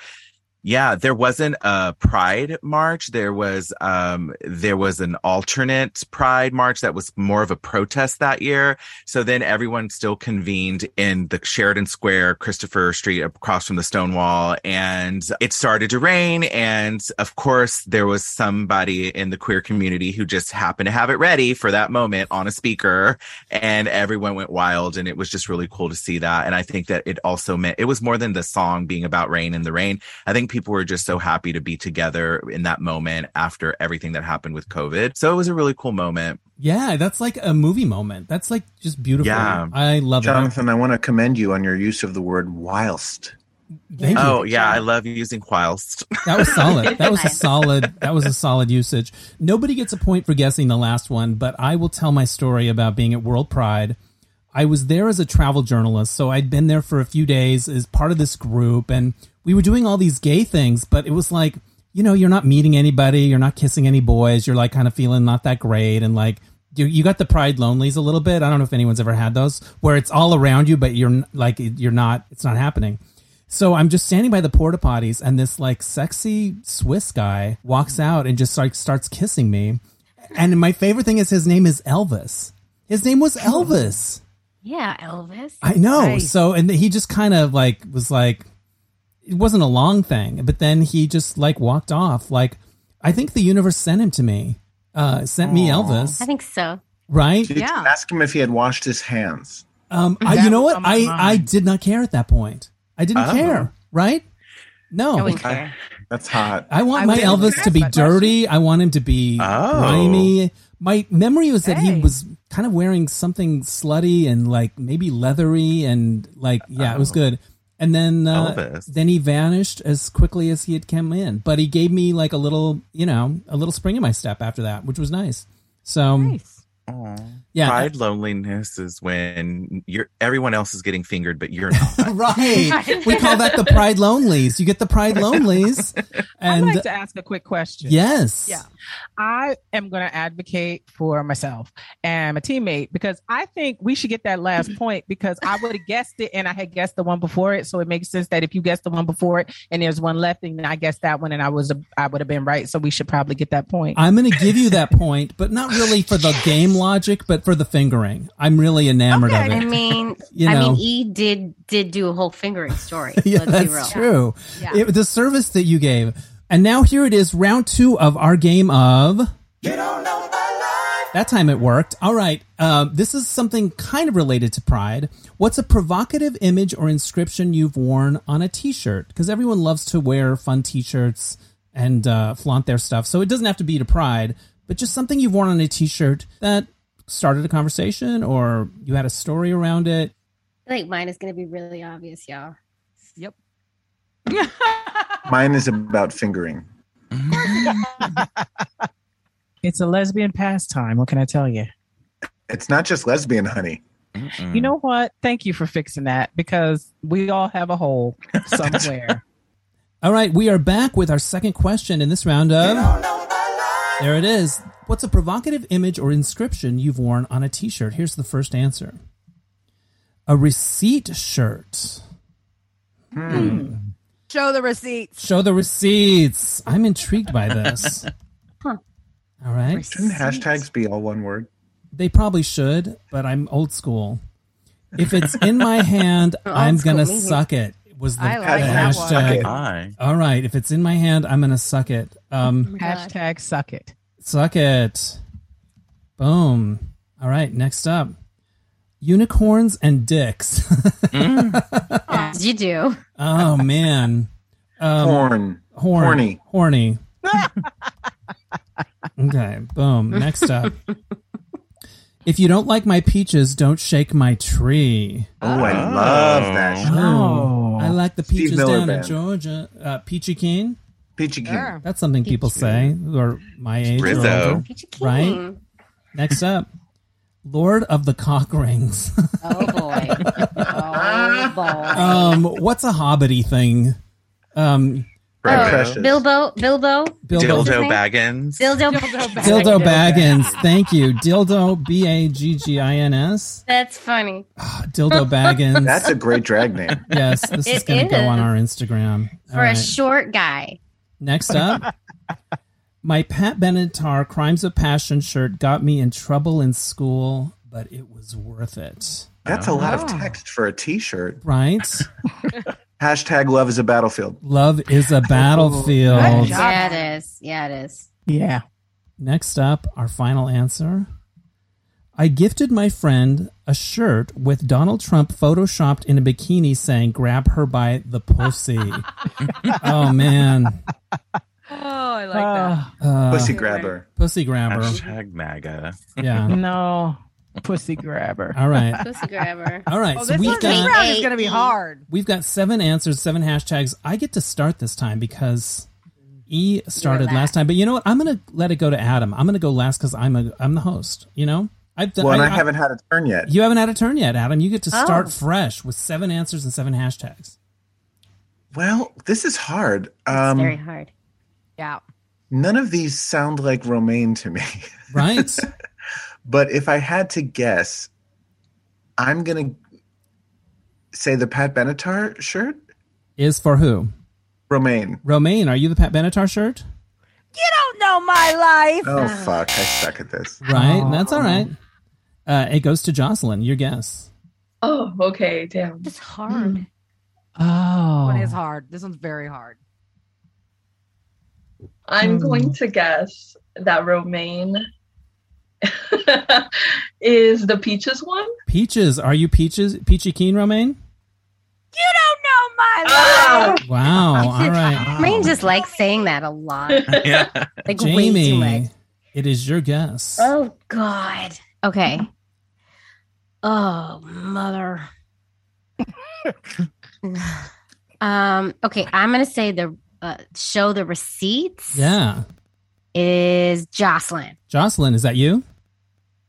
Speaker 7: yeah, there wasn't a pride march. There was um there was an alternate pride march that was more of a protest that year. So then everyone still convened in the Sheridan Square, Christopher Street across from the Stonewall and it started to rain and of course there was somebody in the queer community who just happened to have it ready for that moment on a speaker and everyone went wild and it was just really cool to see that and I think that it also meant it was more than the song being about rain and the rain I think people were just so happy to be together in that moment after everything that happened with COVID. So it was a really cool moment.
Speaker 1: Yeah, that's like a movie moment. That's like just beautiful.
Speaker 7: Yeah.
Speaker 1: I love
Speaker 2: Jonathan, I want to commend you on your use of the word whilst.
Speaker 1: it. Thank you.
Speaker 7: Oh yeah, I love using whilst.
Speaker 1: That was solid. That was a solid. That was a solid usage. Nobody gets a point for guessing the last one, but I will tell my story about being at World Pride. I was there as a travel journalist, so I'd been there for a few days as part of this group, and we were doing all these gay things, but it was like, you know, you're not meeting anybody, you're not kissing any boys, you're like kind of feeling not that great, and like you, you got the pride lonelies a little bit. I don't know if anyone's ever had those where it's all around you, but you're n- like you're not, it's not happening. So I'm just standing by the porta potties, and this like sexy Swiss guy walks out and just like starts kissing me. And my favorite thing is his name is Elvis. His name was Elvis.
Speaker 6: Yeah, Elvis.
Speaker 1: I know.
Speaker 3: Nice.
Speaker 1: So, and he just kind of like was like, it wasn't a long thing, but then he just like walked off. Like, I think the universe sent him to me, uh, sent me
Speaker 6: I
Speaker 1: Elvis,
Speaker 6: think so.
Speaker 1: right?
Speaker 2: Did
Speaker 3: Yeah.
Speaker 2: you ask him if he had washed his hands?
Speaker 1: Um, I,
Speaker 4: That
Speaker 1: you know
Speaker 4: was
Speaker 1: what?
Speaker 4: on my
Speaker 1: I,
Speaker 4: mind.
Speaker 1: I did not care at that point. I didn't
Speaker 2: Oh.
Speaker 1: care, right? No.
Speaker 6: I wouldn't care.
Speaker 2: That's hot.
Speaker 1: I want
Speaker 3: I
Speaker 1: my
Speaker 3: would
Speaker 1: Elvis
Speaker 3: ask
Speaker 1: to be
Speaker 3: that
Speaker 1: dirty. I want him to be
Speaker 7: Oh.
Speaker 1: grimy. My memory was that
Speaker 3: Hey.
Speaker 1: he was kind of wearing something slutty and like maybe leathery and like yeah, it was
Speaker 7: Oh.
Speaker 1: good. And then uh,
Speaker 7: Elvis.
Speaker 1: then he vanished as quickly as he had come in. But he gave me like a little, you know, a little spring in my step after that, which was nice. So
Speaker 3: Nice.
Speaker 1: yeah,
Speaker 7: Pride loneliness is when you're everyone else is getting fingered, but you're not.
Speaker 1: right. we call that the pride lonelies. You get the pride lonelies, and
Speaker 4: I'd like to ask a quick question.
Speaker 1: yes,
Speaker 3: Yeah.
Speaker 4: I am going to advocate for myself and my teammate because I think we should get that last point because I would have guessed it and I had guessed the one before it. So it makes sense that if you guessed the one before it and there's one left and I guessed that one and I was I would have been right. So we should probably get that point.
Speaker 1: I'm going to give you that point, but not really for the game logic, but for the fingering. I'm really enamored
Speaker 3: Okay.
Speaker 1: of
Speaker 6: I
Speaker 1: it.
Speaker 6: mean,
Speaker 1: You
Speaker 6: I
Speaker 1: know,
Speaker 6: mean, E did did do a whole fingering story.
Speaker 1: yeah,
Speaker 6: let's be real.
Speaker 1: that's true.
Speaker 3: Yeah.
Speaker 1: It- the service that you gave, and now here it is, round two of our game of. That time it worked. All right. Uh, this is something kind of related to pride. What's a provocative image or inscription you've worn on a t shirt? Because everyone loves to wear fun t shirts and uh, flaunt their stuff. So it doesn't have to be to pride, but just something you've worn on a t shirt that started a conversation or you had a story around it.
Speaker 6: I think mine is going to be really obvious, y'all.
Speaker 2: Mine is about fingering.
Speaker 4: it's a lesbian pastime. What can I tell you?
Speaker 2: It's not just lesbian, honey.
Speaker 7: Mm-mm.
Speaker 3: Hmm.
Speaker 4: You know what? Thank you for fixing that because we all have a hole somewhere.
Speaker 1: All right. We are back with our second question in this round of. There it is. What's a provocative image or inscription you've worn on a t shirt? Here's the first answer a receipt shirt.
Speaker 3: Show the receipts.
Speaker 1: Show the receipts. I'm intrigued by this.
Speaker 6: Huh.
Speaker 1: All right.
Speaker 2: Shouldn't hashtags be all one word?
Speaker 1: They probably should, but I'm old school. If it's in my hand,
Speaker 6: Old
Speaker 1: I'm
Speaker 6: school,
Speaker 1: going to
Speaker 6: me.
Speaker 1: suck it. Was the,
Speaker 3: I like
Speaker 1: the
Speaker 2: that one. Suck
Speaker 1: hashtag.
Speaker 2: it.
Speaker 7: I.
Speaker 1: All right. If it's in my hand, I'm going to suck it. Um,
Speaker 6: Oh my God.
Speaker 4: Hashtag suck it.
Speaker 1: Suck it. Boom. All right, next up. Unicorns and dicks.
Speaker 7: Mm-hmm.
Speaker 6: What did you do?
Speaker 1: oh man. Um
Speaker 2: Porn.
Speaker 1: horn,
Speaker 2: horny.
Speaker 1: Horny. okay, boom. Next up. If you don't like my peaches, don't shake my tree.
Speaker 2: Oh, I love that.
Speaker 7: Oh.
Speaker 2: shit.
Speaker 4: Oh.
Speaker 1: I like the
Speaker 2: Steve
Speaker 1: peaches
Speaker 2: Miller
Speaker 1: down
Speaker 2: Band.
Speaker 1: in Georgia. Uh, Peachy Keen.
Speaker 2: Peachy King.
Speaker 3: Sure.
Speaker 1: That's something people
Speaker 6: Peachy.
Speaker 1: say, or my age. or
Speaker 7: Rizzo.
Speaker 1: older.
Speaker 6: Peachy King.
Speaker 1: Right? Next up, Lord of the Cock Rings.
Speaker 6: Oh boy. Oh boy.
Speaker 1: um, what's a hobbity thing? Um,
Speaker 6: Oh,
Speaker 2: precious.
Speaker 6: Bilbo. Bilbo.
Speaker 1: dildo,
Speaker 6: Dildo.
Speaker 7: Dildo Baggins.
Speaker 6: Dildo.
Speaker 1: dildo
Speaker 3: Oh,
Speaker 1: Baggins. Thank you, dildo B A G G I N S.
Speaker 6: That's funny.
Speaker 1: Dildo Baggins.
Speaker 2: That's a great drag name.
Speaker 1: yes, this is
Speaker 6: It
Speaker 1: going to go on
Speaker 6: is.
Speaker 1: our Instagram. All
Speaker 6: For a
Speaker 1: right.
Speaker 6: short guy.
Speaker 1: Next up, my Pat Benatar Crimes of Passion shirt got me in trouble in school, but it was worth it.
Speaker 2: That's a lot of
Speaker 3: Oh.
Speaker 2: text for a T-shirt.
Speaker 1: Right?
Speaker 2: Hashtag love is a battlefield.
Speaker 1: Love is a
Speaker 3: Good
Speaker 1: battlefield.
Speaker 3: job.
Speaker 6: Yeah, it is. Yeah, it is.
Speaker 4: Yeah.
Speaker 1: Next up, our final answer. I gifted my friend a shirt with Donald Trump photoshopped in a bikini saying, grab her by the pussy. oh, man.
Speaker 3: Oh, I like that.
Speaker 4: Oh,
Speaker 1: Uh, pussy.
Speaker 2: Pussy grabber.
Speaker 1: grabber.
Speaker 7: Hashtag MAGA.
Speaker 1: Yeah.
Speaker 4: no. Pussy grabber.
Speaker 1: All right.
Speaker 6: Pussy grabber.
Speaker 1: All right.
Speaker 3: Oh,
Speaker 1: so
Speaker 3: this
Speaker 1: we've
Speaker 3: one's this
Speaker 1: got,
Speaker 3: round is going to be hard.
Speaker 1: we've got seven answers, seven hashtags. I get to start this time because E started
Speaker 6: last.
Speaker 1: last time. But you know what? I'm going to let it go to Adam. I'm going to go last because I'm, a I'm the host, you know? I I've done,
Speaker 2: Well, and
Speaker 1: I,
Speaker 2: I, haven't had a turn yet.
Speaker 1: You haven't had a turn yet, Adam. You get to start
Speaker 6: Oh.
Speaker 1: fresh with seven answers and seven hashtags.
Speaker 2: Well, this is hard.
Speaker 6: it's very
Speaker 2: Um,
Speaker 6: hard.
Speaker 3: Yeah.
Speaker 2: none of these sound like romaine to me.
Speaker 1: Right?
Speaker 2: But if I had to guess, I'm gonna say the Pat Benatar shirt.
Speaker 1: Is for who?
Speaker 2: Romaine.
Speaker 1: Romaine, are you the Pat Benatar shirt?
Speaker 3: You don't know my life.
Speaker 2: Oh fuck! I suck at this.
Speaker 6: Oh.
Speaker 1: Right? That's all right. Uh, it goes to Jocelyn. Your guess.
Speaker 5: Oh, okay, damn.
Speaker 6: It's hard.
Speaker 3: This one
Speaker 4: Oh.
Speaker 3: is hard. This one's very hard.
Speaker 5: I'm
Speaker 1: Hmm.
Speaker 5: going to guess that romaine is the peaches one.
Speaker 1: Peaches, are you Peaches? Peachy Keen Romaine?
Speaker 3: You don't know my
Speaker 5: Ah!
Speaker 3: life.
Speaker 1: Wow. All right.
Speaker 6: Hmm. Rain just likes saying that a lot.
Speaker 7: Oh. Yeah.
Speaker 6: Like way too much.
Speaker 1: Jamie, it is your guess.
Speaker 6: Oh God. Okay. Oh mother. um. Okay. I'm gonna say the uh, show the receipts.
Speaker 1: Yeah.
Speaker 6: Is Jocelyn.
Speaker 1: Jocelyn, is that you?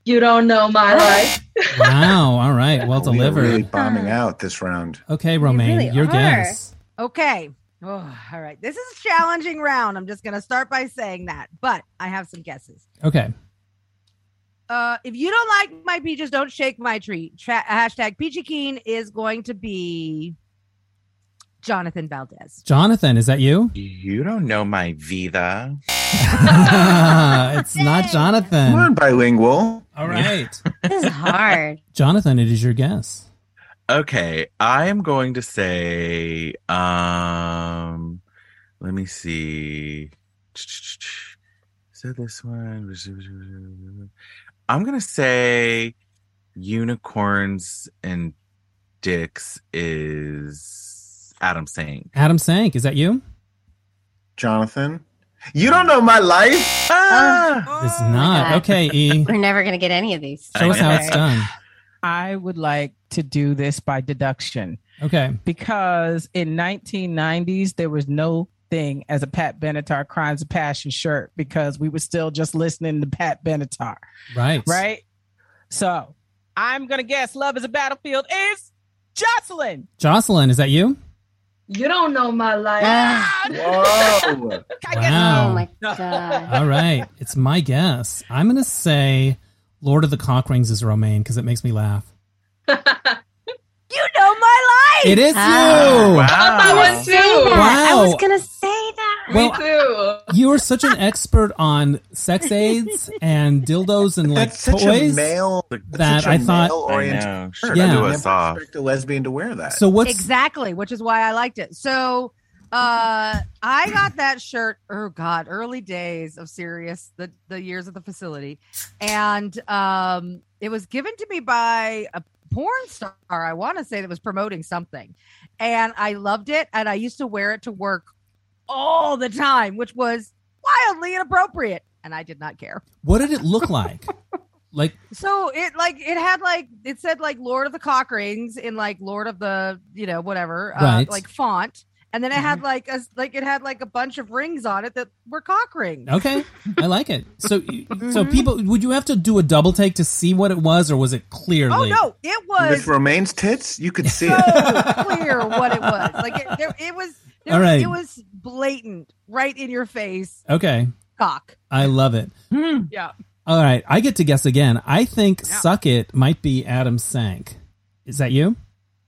Speaker 5: You don't know my life.
Speaker 1: Wow. All right. Well
Speaker 2: We are Really
Speaker 1: delivered.
Speaker 2: bombing out this round.
Speaker 1: Okay, Romaine,
Speaker 6: really
Speaker 1: your
Speaker 6: are.
Speaker 1: guess.
Speaker 3: Okay. Oh, all right. This is a challenging round. I'm just going to start by saying that, but I have some guesses.
Speaker 1: Okay.
Speaker 3: Uh, if you don't like my peaches, don't shake my tree. Tra- hashtag Peachy Keen is going to be Jonathan Valdez.
Speaker 1: Jonathan, is that you?
Speaker 7: You don't know my Vida.
Speaker 1: it's not Jonathan.
Speaker 2: Come on, bilingual.
Speaker 1: All right.
Speaker 6: This is hard.
Speaker 1: Jonathan, it is your guess.
Speaker 7: Okay, I am going to say um let me see. So this one I'm going to say unicorns and dicks is Adam saying.
Speaker 1: Adam Sank, is that you?
Speaker 2: Jonathan. You don't know my
Speaker 1: Uh,
Speaker 2: life.
Speaker 7: Ah!
Speaker 1: It's not.
Speaker 6: Oh God.
Speaker 1: Okay, E.
Speaker 6: We're never gonna get any of these.
Speaker 1: Show us how it's done.
Speaker 4: I would like to do this by deduction
Speaker 1: Okay.
Speaker 4: because in 1990s there was no thing as a Pat Benatar Crimes of Passion shirt because we were still just listening to Pat Benatar,
Speaker 1: Right.
Speaker 4: right? So I'm gonna guess Love is a Battlefield is Jocelyn.
Speaker 1: Jocelyn, is that you?
Speaker 5: You don't know my life.
Speaker 6: Ah.
Speaker 2: Whoa.
Speaker 4: I
Speaker 1: Wow.
Speaker 6: Oh my
Speaker 4: No.
Speaker 6: God.
Speaker 1: All right. It's my guess. I'm going to say Lord of the Cock Rings is Romaine because it makes me laugh.
Speaker 3: You know my life.
Speaker 1: It is
Speaker 6: Ah.
Speaker 1: you.
Speaker 5: I was
Speaker 6: Say
Speaker 5: too.
Speaker 6: that. I was
Speaker 1: Wow.
Speaker 6: gonna say that.
Speaker 1: Well,
Speaker 5: Me too.
Speaker 1: You are such an expert on sex aids and dildos and like
Speaker 2: That's such
Speaker 1: toys.
Speaker 2: a male.
Speaker 1: that
Speaker 2: such a
Speaker 1: I thought-
Speaker 2: male-oriented
Speaker 7: I know.
Speaker 2: shirt.
Speaker 1: Yeah.
Speaker 2: I
Speaker 7: Who I
Speaker 2: never
Speaker 7: saw.
Speaker 2: expect a lesbian to wear that.
Speaker 1: So what's
Speaker 3: exactly, which is why I liked it. So uh I got that shirt, oh god, early days of Sirius, the the years of the facility. And um it was given to me by a porn star, I want to say that was promoting something. And I loved it and I used to wear it to work all the time, which was wildly inappropriate and I did not care.
Speaker 1: what did it look like? like
Speaker 3: So it like it had like it said like Lord of the Cock Rings in like Lord of the you know whatever uh,
Speaker 1: Right. Mm-hmm.
Speaker 3: like font, and then it had like a like it had like a bunch of rings on it that were cock rings.
Speaker 1: okay, I like it. So you-
Speaker 6: Mm-hmm.
Speaker 1: so people would you have to do a double take to see what it was or was it
Speaker 3: Oh
Speaker 1: clearly?
Speaker 3: no, it
Speaker 2: with
Speaker 3: was
Speaker 2: Romaine's tits, you could see
Speaker 3: so
Speaker 2: it.
Speaker 3: clear what it was. Like it, there, it was. There,
Speaker 1: All right.
Speaker 3: It was blatant, right in your face,
Speaker 1: Okay.
Speaker 3: cock.
Speaker 1: I love it.
Speaker 6: Hmm.
Speaker 4: Yeah.
Speaker 1: All right, I get to guess again. I think
Speaker 3: Yeah.
Speaker 1: Suck It might be Adam Sank. Is that you?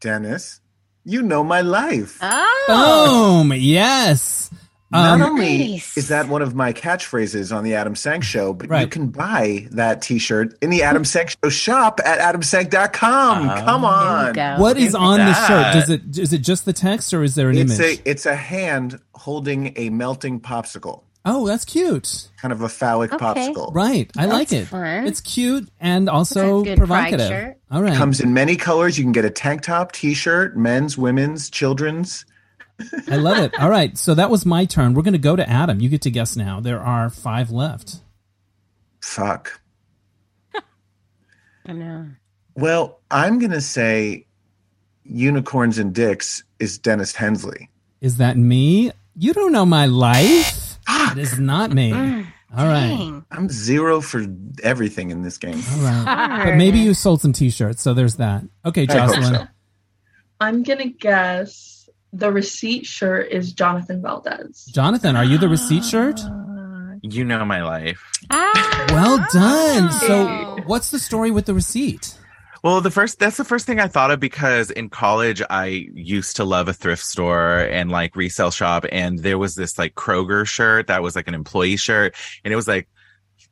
Speaker 2: Dennis, you know my life.
Speaker 6: Oh.
Speaker 1: Boom! Yes.
Speaker 2: Not
Speaker 1: Um,
Speaker 2: only
Speaker 6: nice.
Speaker 2: is that one of my catchphrases on the Adam Sank Show, but you
Speaker 1: Right.
Speaker 2: can buy that T-shirt in the Adam Sank Show shop at adamsank.com.
Speaker 7: Oh.
Speaker 2: Come
Speaker 6: There you
Speaker 2: on,
Speaker 6: go.
Speaker 1: what is
Speaker 7: Look at
Speaker 1: on the shirt?
Speaker 7: that.
Speaker 1: Does it is it just the text or is there an
Speaker 2: it's
Speaker 1: image?
Speaker 2: a it's a hand holding a melting popsicle,
Speaker 1: oh, that's cute.
Speaker 2: kind of a phallic
Speaker 6: Okay.
Speaker 2: popsicle.
Speaker 1: Right, I like
Speaker 6: That's
Speaker 1: it.
Speaker 6: fun.
Speaker 1: It's cute and
Speaker 6: That's
Speaker 1: also
Speaker 6: a good pride
Speaker 1: provocative.
Speaker 6: shirt.
Speaker 1: All right,
Speaker 2: Comes in many colors. You can get a tank top, T-shirt, men's, women's, children's.
Speaker 1: I love it. All right, so that was my turn. We're going to go to Adam. You get to guess now. There are five left.
Speaker 2: Fuck.
Speaker 6: I know.
Speaker 2: Well, I'm gonna say unicorns and dicks is Dennis Hensley.
Speaker 1: Ah! Is that me? You don't know my life. It is not me.
Speaker 6: Mm.
Speaker 1: All right.
Speaker 6: Dang.
Speaker 2: I'm zero for everything in this game.
Speaker 1: All right. But maybe you sold some T-shirts, so there's that. Okay,
Speaker 2: I hope
Speaker 1: Jocelyn.
Speaker 2: so.
Speaker 5: I'm gonna guess the receipt shirt is Jonathan Valdez. Ah.
Speaker 1: Jonathan, are you the receipt shirt?
Speaker 7: You know my life.
Speaker 6: Ah.
Speaker 1: Well done.
Speaker 6: Oh.
Speaker 1: So, what's the story with the receipt?
Speaker 7: Well, the first that's the first thing I thought of because in college I used to love a thrift store and like resale shop and there was this like Kroger shirt that was like an employee shirt and it was like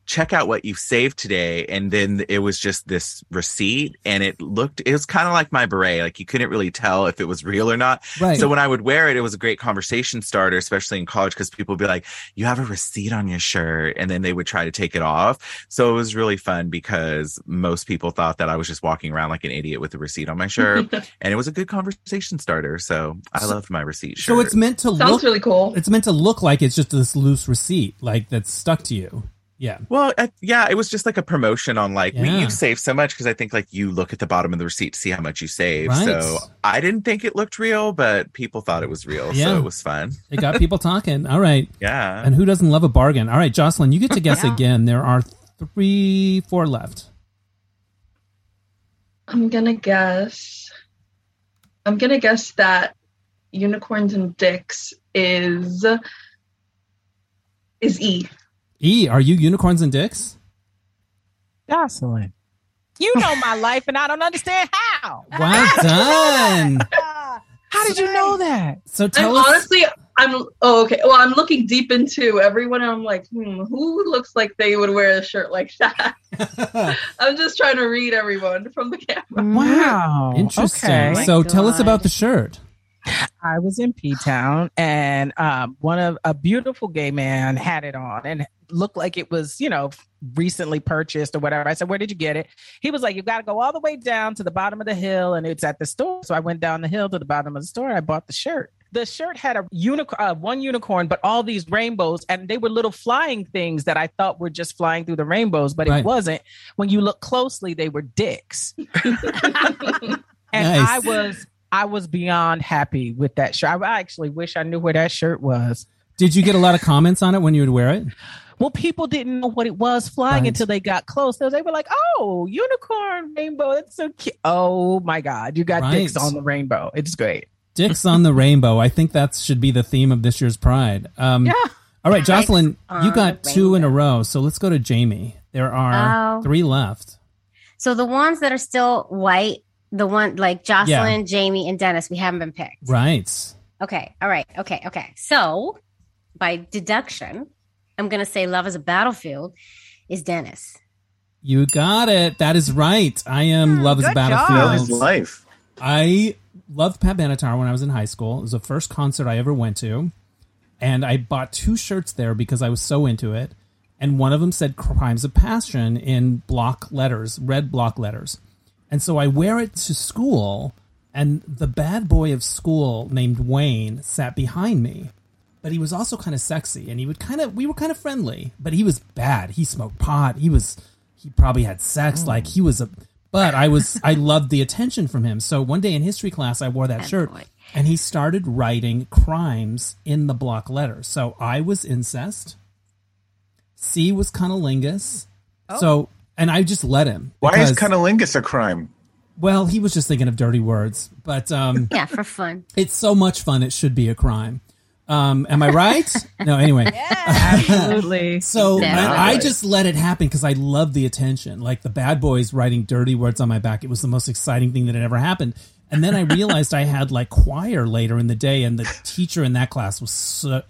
Speaker 7: check out what you've saved today and then it was just this receipt and it looked it was kind of like my beret like you couldn't really tell if it was real or not
Speaker 1: Right.
Speaker 7: so when I would wear it, it was a great conversation starter, especially in college, because people would be like, "You have a receipt on your shirt," and then they would try to take it off. So it was really fun because most people thought that I was just walking around like an idiot with a receipt on my shirt, and it was a good conversation starter. So I
Speaker 1: So-
Speaker 7: loved my receipt shirt.
Speaker 1: so it's meant to
Speaker 5: Sounds
Speaker 1: look.
Speaker 5: really cool.
Speaker 1: it's meant to look like it's just this loose receipt, like that's stuck to you. Yeah.
Speaker 7: well, I, yeah, it was just like a promotion on like we
Speaker 1: Yeah.
Speaker 7: you save so much because I think like you look at the bottom of the receipt to see how much you save.
Speaker 1: Right.
Speaker 7: So I didn't think it looked real, but people thought it was real,
Speaker 1: Yeah.
Speaker 7: so it was fun.
Speaker 1: It got people talking. All right.
Speaker 7: Yeah,
Speaker 1: And who doesn't love a bargain? All right, Jocelyn, you get to guess
Speaker 3: Yeah.
Speaker 1: again. There are three, four left.
Speaker 5: I'm gonna guess. I'm gonna guess that unicorns and dicks is is E.
Speaker 1: E, are you unicorns and dicks?
Speaker 4: Jocelyn. You know my life, and I don't understand how.
Speaker 1: Well done. Ah.
Speaker 4: How did you know that?
Speaker 1: So
Speaker 5: I'm
Speaker 1: tell us.
Speaker 5: honestly, I'm oh, okay. Well, I'm looking deep into everyone, and I'm like, hmm, who looks like they would wear a shirt like that? I'm just trying to read everyone from the camera.
Speaker 4: Wow.
Speaker 1: Mm-hmm. Interesting.
Speaker 4: Okay.
Speaker 6: my
Speaker 1: so tell us
Speaker 6: God.
Speaker 1: about the shirt.
Speaker 4: I was in P Town, and um, one of a beautiful gay man had it on, and looked like it was, you know, recently purchased or whatever. I said, "Where did you get it?" He was like, "You got to go all the way down to the bottom of the hill, and it's at the store." So I went down the hill to the bottom of the store. I bought the shirt. The shirt had a unicorn, uh, one unicorn, but all these rainbows, and they were little flying things that I thought were just flying through the rainbows, but
Speaker 1: Right.
Speaker 4: it wasn't. When you look closely, they were dicks and
Speaker 1: Nice.
Speaker 4: I was I was beyond happy with that shirt. I, I actually wish I knew where that shirt was.
Speaker 1: Did you get a lot of comments on it when you would wear it?
Speaker 4: Well, people didn't know what it was flying
Speaker 1: Right.
Speaker 4: until they got close. So they were like, "Oh, unicorn rainbow, that's so cute." Oh my god, you got dicks
Speaker 1: Right.
Speaker 4: on the rainbow. It's great.
Speaker 1: Dicks on the rainbow. I think that should be the theme of this year's Pride. Um,
Speaker 4: Yeah.
Speaker 1: All right, Jocelyn,
Speaker 6: on
Speaker 1: you got
Speaker 6: the
Speaker 1: two in a
Speaker 6: rainbow.
Speaker 1: row. So let's go to Jamie. There are
Speaker 6: Oh.
Speaker 1: three left.
Speaker 6: So the ones that are still white, the one like Jocelyn, Jamie, and Dennis, we haven't been picked.
Speaker 1: Right.
Speaker 6: Okay. All right. Okay. Okay. So by deduction, I'm going to say Love is a Battlefield is Dennis.
Speaker 1: You got it. That is right. I am
Speaker 3: Hmm,
Speaker 1: Love's
Speaker 3: good
Speaker 2: Love is
Speaker 1: Battlefield.
Speaker 2: life.
Speaker 1: I loved Pat Benatar when I was in high school. It was the first concert I ever went to. And I bought two shirts there because I was so into it. And one of them said Crimes of Passion in block letters, red block letters. And so I wear it to school. And the bad boy of school named Wayne sat behind me. But he was also kind of sexy and he would kind of, we were kind of friendly, but he was bad. He smoked pot. He was, he probably had sex.
Speaker 6: Hmm.
Speaker 1: Like he was a, but I was, I loved the attention from him. So one day in history class, I wore that
Speaker 6: Bad
Speaker 1: shirt
Speaker 6: boy.
Speaker 1: and he started writing crimes in the block letters. So I was incest. C was cunnilingus. So, and I just let him.
Speaker 2: Why is
Speaker 1: because-
Speaker 2: cunnilingus a crime?
Speaker 1: well, he was just thinking of dirty words, but um,
Speaker 6: Yeah, for fun.
Speaker 1: it's so much fun. It should be a crime. Um, am I right? no. Anyway,
Speaker 4: Absolutely.
Speaker 1: so
Speaker 6: Definitely.
Speaker 1: I, I just let it happen because I love the attention. Like the bad boys writing dirty words on my back. It was the most exciting thing that had ever happened. And then I realized I had like choir later in the day, and the teacher in that class was so,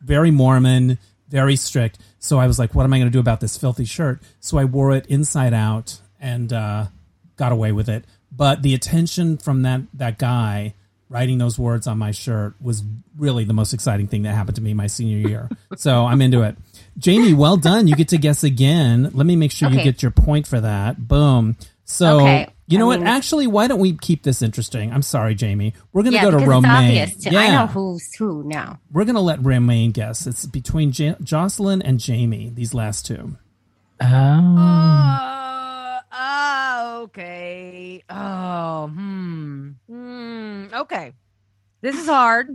Speaker 1: very Mormon, very strict. So I was like, what am I going to do about this filthy shirt? So I wore it inside out and uh, got away with it. But the attention from that that guy writing those words on my shirt was really the most exciting thing that happened to me my senior year. so I'm into it. Jamie, well done. You get to guess again. Let me make sure you
Speaker 6: Okay.
Speaker 1: get your point for that. Boom. So
Speaker 6: Okay.
Speaker 1: you know
Speaker 6: I
Speaker 1: what?
Speaker 6: mean-
Speaker 1: Actually, why don't we keep this interesting? I'm sorry, Jamie. We're gonna
Speaker 6: yeah,
Speaker 1: go to
Speaker 6: because it's
Speaker 1: Romaine.
Speaker 6: obvious. To, I know who's who now.
Speaker 1: We're going to let Romaine guess. It's between J- Jocelyn and Jamie, these last two.
Speaker 4: Oh.
Speaker 3: Uh, uh, okay. Oh, hmm. Hmm. Okay. This is hard,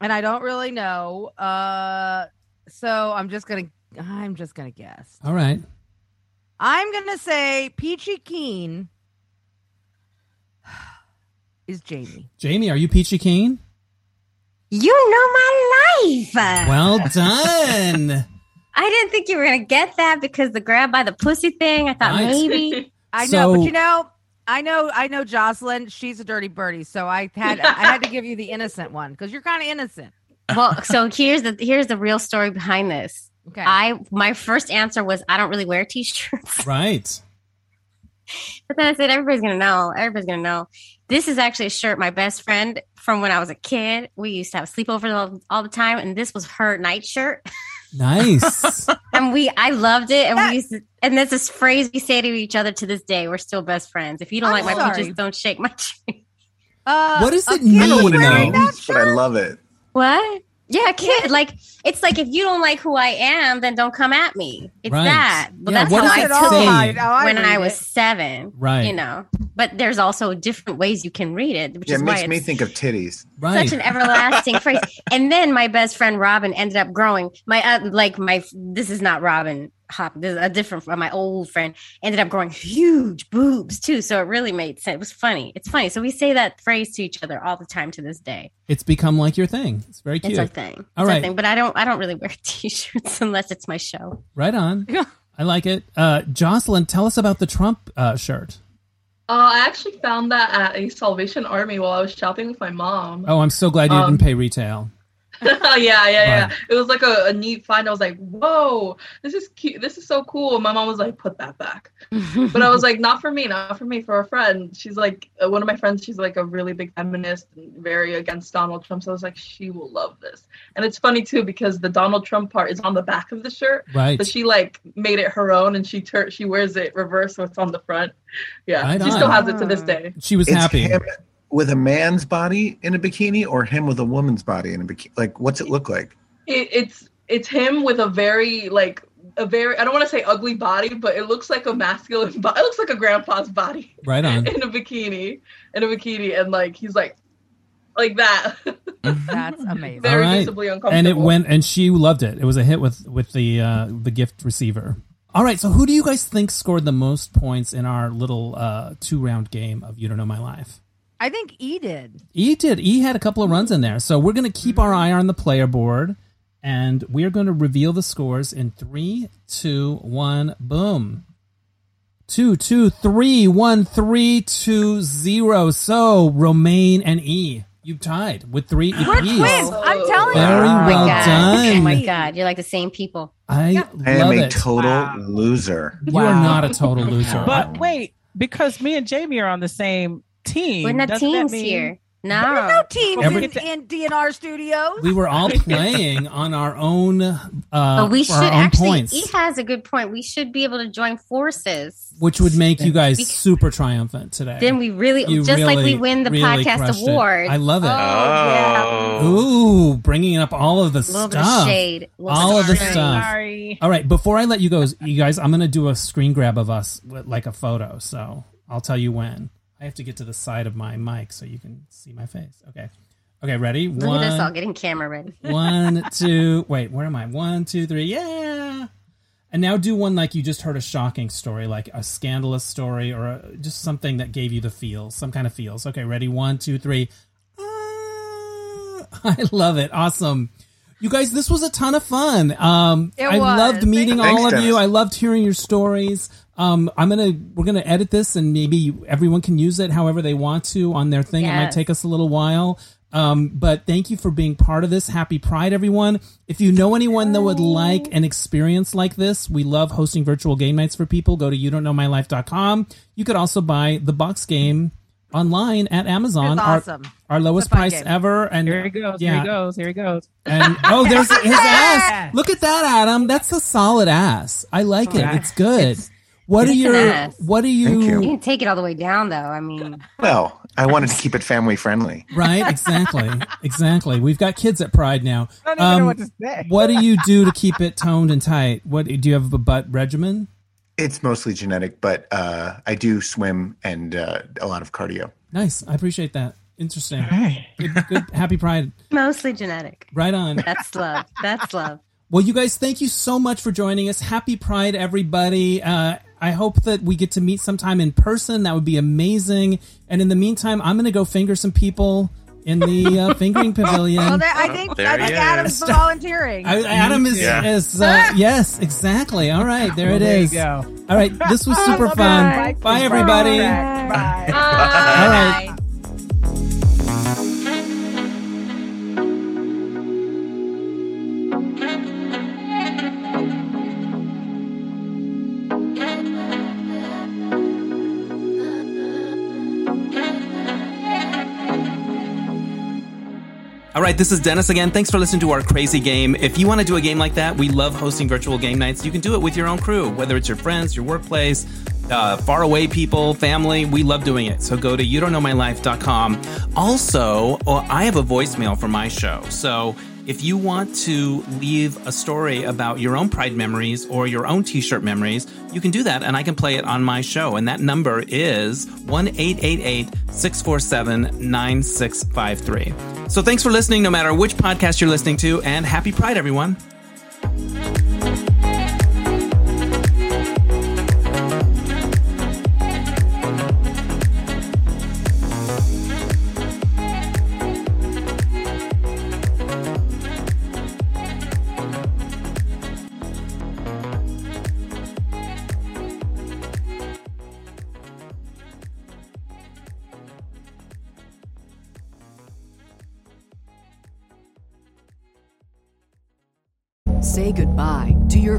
Speaker 3: and I don't really know. Uh, so I'm just gonna I'm just gonna guess.
Speaker 1: All right.
Speaker 3: I'm gonna say Peachy Keen is Jamie.
Speaker 1: Jamie, are you Peachy Keen?
Speaker 6: You know my life.
Speaker 1: Well done.
Speaker 6: I didn't think you were gonna get that because the grab by the pussy thing. I thought
Speaker 1: Nice.
Speaker 6: maybe.
Speaker 3: I know,
Speaker 1: So-
Speaker 3: but you know, I know, I know, Jocelyn. She's a dirty birdie, so I had I had to give you the innocent one because you're kind of innocent.
Speaker 6: well, so here's the here's the real story behind this.
Speaker 3: Okay,
Speaker 6: I my first answer was I don't really wear t-shirts,
Speaker 1: right.
Speaker 6: but then I said everybody's gonna know. Everybody's gonna know. This is actually a shirt my best friend from when I was a kid. We used to have sleepovers all, all the time, and this was her nightshirt.
Speaker 1: Nice.
Speaker 6: And we, I loved it, and
Speaker 3: That-
Speaker 6: we used to, and this is phrase we say to each other to this day. We're still best friends. If you don't
Speaker 3: I'm
Speaker 6: like my
Speaker 3: sorry.
Speaker 6: peaches, don't shake my tree.
Speaker 3: uh,
Speaker 1: what does
Speaker 3: a
Speaker 1: it
Speaker 3: kid
Speaker 1: mean, though?
Speaker 3: wearing that
Speaker 2: but I
Speaker 3: shirt?
Speaker 2: love it.
Speaker 6: What? Yeah, kid. Like it's like if you don't like who I am, then don't come at me. It's
Speaker 1: Right.
Speaker 6: that. Well,
Speaker 1: Yeah,
Speaker 6: that's
Speaker 1: what
Speaker 6: how
Speaker 1: does
Speaker 6: I
Speaker 1: it
Speaker 6: took
Speaker 1: say?
Speaker 6: it.
Speaker 3: I know,
Speaker 6: when
Speaker 3: read
Speaker 6: I was
Speaker 3: it.
Speaker 6: seven.
Speaker 1: Right.
Speaker 6: You know, but there's also different ways you can read it, which
Speaker 2: Yeah,
Speaker 6: is
Speaker 2: it
Speaker 6: why
Speaker 2: makes
Speaker 6: it's
Speaker 2: me think of titties.
Speaker 1: right.
Speaker 6: such an everlasting phrase. And then my best friend Robin ended up growing my uh, like my this is not Robin Hop. This is a different from my old friend ended up growing huge boobs too. So it really made sense. It was funny. It's funny. So we say that phrase to each other all the time to this day.
Speaker 1: it's become like your thing. It's very
Speaker 6: It's
Speaker 1: cute.
Speaker 6: our thing. It's
Speaker 1: All
Speaker 6: our
Speaker 1: right.
Speaker 6: thing. But I don't I don't really wear t-shirts unless it's my show.
Speaker 1: right on. I like it. Uh, Jocelyn, tell us about the Trump uh, shirt.
Speaker 5: Uh, I actually found that at a Salvation Army while I was shopping with my mom.
Speaker 1: Oh, I'm so glad you
Speaker 5: Um,
Speaker 1: didn't pay retail.
Speaker 5: yeah, yeah, yeah.
Speaker 1: Right.
Speaker 5: It was like a, a neat find. I was like, whoa, this is cute. This is so cool. And my mom was like, put that back.
Speaker 6: oh
Speaker 5: But I was like, not for me, not for me, for a friend. She's like, uh, one of my friends, she's like a really big feminist and very against Donald Trump. So I was like, she will love this. And it's funny too, because the Donald Trump part is on the back of the shirt.
Speaker 1: Right.
Speaker 5: But she like made it her own and she tur- she wears it reverse what's on the front. Yeah.
Speaker 1: Right
Speaker 5: she
Speaker 1: on.
Speaker 5: still has it to this day.
Speaker 1: She was
Speaker 2: It's
Speaker 1: happy.
Speaker 2: him with a man's body in a bikini or him with a woman's body in a bikini. Like, what's it look like?
Speaker 5: it, it's it's him with a very like a very I don't want to say ugly body, but it looks like a masculine body. It looks like a grandpa's body
Speaker 1: Right on.
Speaker 5: in a bikini, in a bikini, and like he's like like that,
Speaker 3: That's amazing.
Speaker 5: very
Speaker 1: right.
Speaker 5: visibly uncomfortable.
Speaker 1: And it went, and she loved it. It was a hit with with the uh, the gift receiver. All right. So, who do you guys think scored the most points in our little uh, two round game of You Don't Know My Life?
Speaker 3: I think E did.
Speaker 1: E did. E had a couple of runs in there. So we're going to keep our eye on the player board and we're going to reveal the scores in three, two, one, boom. Two, two, three, one, three, two, zero. So Romaine and E, you tied with three
Speaker 3: We're
Speaker 1: apiece.
Speaker 3: twins. I'm telling you.
Speaker 1: Very
Speaker 6: Oh my
Speaker 1: well
Speaker 6: God.
Speaker 1: done.
Speaker 6: Oh my god, you're like the same people.
Speaker 1: I
Speaker 2: I am
Speaker 1: love
Speaker 2: a
Speaker 1: it.
Speaker 2: total
Speaker 4: Wow.
Speaker 2: loser.
Speaker 1: you
Speaker 4: Wow.
Speaker 1: are not a total loser.
Speaker 4: But wait, because me and Jamie are on the same team.
Speaker 6: We're not
Speaker 4: doesn't that
Speaker 6: teams
Speaker 4: mean-
Speaker 6: here.
Speaker 4: Oh.
Speaker 3: There's
Speaker 6: No.
Speaker 3: no teams
Speaker 1: Every-
Speaker 3: in, in DNR studios.
Speaker 1: we were all playing on our own. Uh,
Speaker 6: But we
Speaker 1: for
Speaker 6: should
Speaker 1: our own
Speaker 6: actually
Speaker 1: points.
Speaker 6: he has a good point. We should be able to join forces.
Speaker 1: which would make you guys
Speaker 6: We-
Speaker 1: super triumphant today.
Speaker 6: Then we really
Speaker 1: You
Speaker 6: just like we
Speaker 1: really,
Speaker 6: win the
Speaker 1: really crushed
Speaker 6: podcast
Speaker 1: it.
Speaker 6: award.
Speaker 1: I love it.
Speaker 6: yeah.
Speaker 7: Oh.
Speaker 2: Oh.
Speaker 1: Ooh, bringing up all of the
Speaker 6: A
Speaker 1: stuff.
Speaker 6: little bit of shade. A little
Speaker 1: All
Speaker 6: bit
Speaker 1: of the
Speaker 6: shade.
Speaker 1: stuff.
Speaker 4: Sorry.
Speaker 1: All right, before I let you go, you guys, I'm gonna do a screen grab of us with like a photo. So I'll tell you when. I have to get to the side of my mic so you can see my face. Okay. Okay, ready?
Speaker 6: Look
Speaker 1: One,
Speaker 6: at us all getting camera ready.
Speaker 1: one, two. Wait, where am I? One, two, three. Yeah. And now do one like you just heard a shocking story, like a scandalous story, or a, just something that gave you the feels, some kind of feels. Okay, ready? One, two, three. Ah, I love it. Awesome. You guys, this was a ton of fun. Um,
Speaker 3: It
Speaker 1: I
Speaker 3: was.
Speaker 1: loved meeting
Speaker 2: Thank you.
Speaker 1: all of
Speaker 2: Thanks,
Speaker 1: you.
Speaker 2: Dennis.
Speaker 1: I loved hearing your stories. Um, I'm gonna we're gonna edit this, and maybe everyone can use it however they want to on their thing. It might
Speaker 6: Yes.
Speaker 1: take us a little while. Um, but thank you for being part of this. Happy Pride, everyone. If you know anyone that would like an experience like this, we love hosting virtual game nights for people. Go to you don't know my life.com. You could also buy the box game online at Amazon.
Speaker 3: It's
Speaker 1: Our-
Speaker 3: awesome.
Speaker 1: Our, lowest
Speaker 3: a fun
Speaker 1: price
Speaker 3: game.
Speaker 1: ever. And
Speaker 4: Here he goes. Here
Speaker 1: Yeah.
Speaker 4: he goes. Here he goes.
Speaker 1: and oh, there's his ass. Look at that, Adam. That's a solid ass. I like it. It's good. What are
Speaker 6: It's an
Speaker 1: your
Speaker 6: ass.
Speaker 1: What are
Speaker 2: Thank
Speaker 1: you?
Speaker 2: you.
Speaker 6: You can take it all the way down, though. I mean,
Speaker 2: Well, I wanted to keep it family friendly.
Speaker 1: Right? Exactly. exactly. We've got kids at Pride now.
Speaker 4: I don't even know
Speaker 1: Um,
Speaker 4: what to say.
Speaker 1: What do you do to keep it toned and tight? What do you have a butt regimen?
Speaker 2: It's mostly genetic, but uh, I do swim and uh, a lot of cardio.
Speaker 1: Nice. I appreciate that. Interesting. Good, good. Happy Pride.
Speaker 6: mostly genetic.
Speaker 1: Right on.
Speaker 6: That's love. That's love.
Speaker 5: Well, you guys, thank you so much for joining us. Happy Pride, everybody. Uh, I hope that we get to meet sometime in person. That would be amazing. And in the meantime, I'm going to go finger some people in the uh, fingering pavilion.
Speaker 3: Well, that, I think
Speaker 7: There
Speaker 3: I
Speaker 7: he
Speaker 3: think Adam's
Speaker 7: is.
Speaker 3: volunteering.
Speaker 5: I, Adam is,
Speaker 7: Yeah.
Speaker 5: is uh, yes, exactly. All right, there it is.
Speaker 6: There you go.
Speaker 5: All right, this was super
Speaker 6: Love it.
Speaker 5: fun.
Speaker 6: Like
Speaker 5: Bye,
Speaker 6: the
Speaker 5: everybody.
Speaker 6: Bye. Bye.
Speaker 5: All right.
Speaker 1: All right, this is Dennis again. Thanks for listening to our crazy game. If you want to do a game like that, we love hosting virtual game nights. You can do it with your own crew, whether it's your friends, your workplace, uh, far away people, family. We love doing it. So go to youdon'tknowmylife.com. Also, uh, I have a voicemail for my show. So if you want to leave a story about your own pride memories or your own t shirt memories, you can do that and I can play it on my show. And that number is 1 647 9653. So thanks for listening, no matter which podcast you're listening to, and happy Pride, everyone.
Speaker 8: Say goodbye to your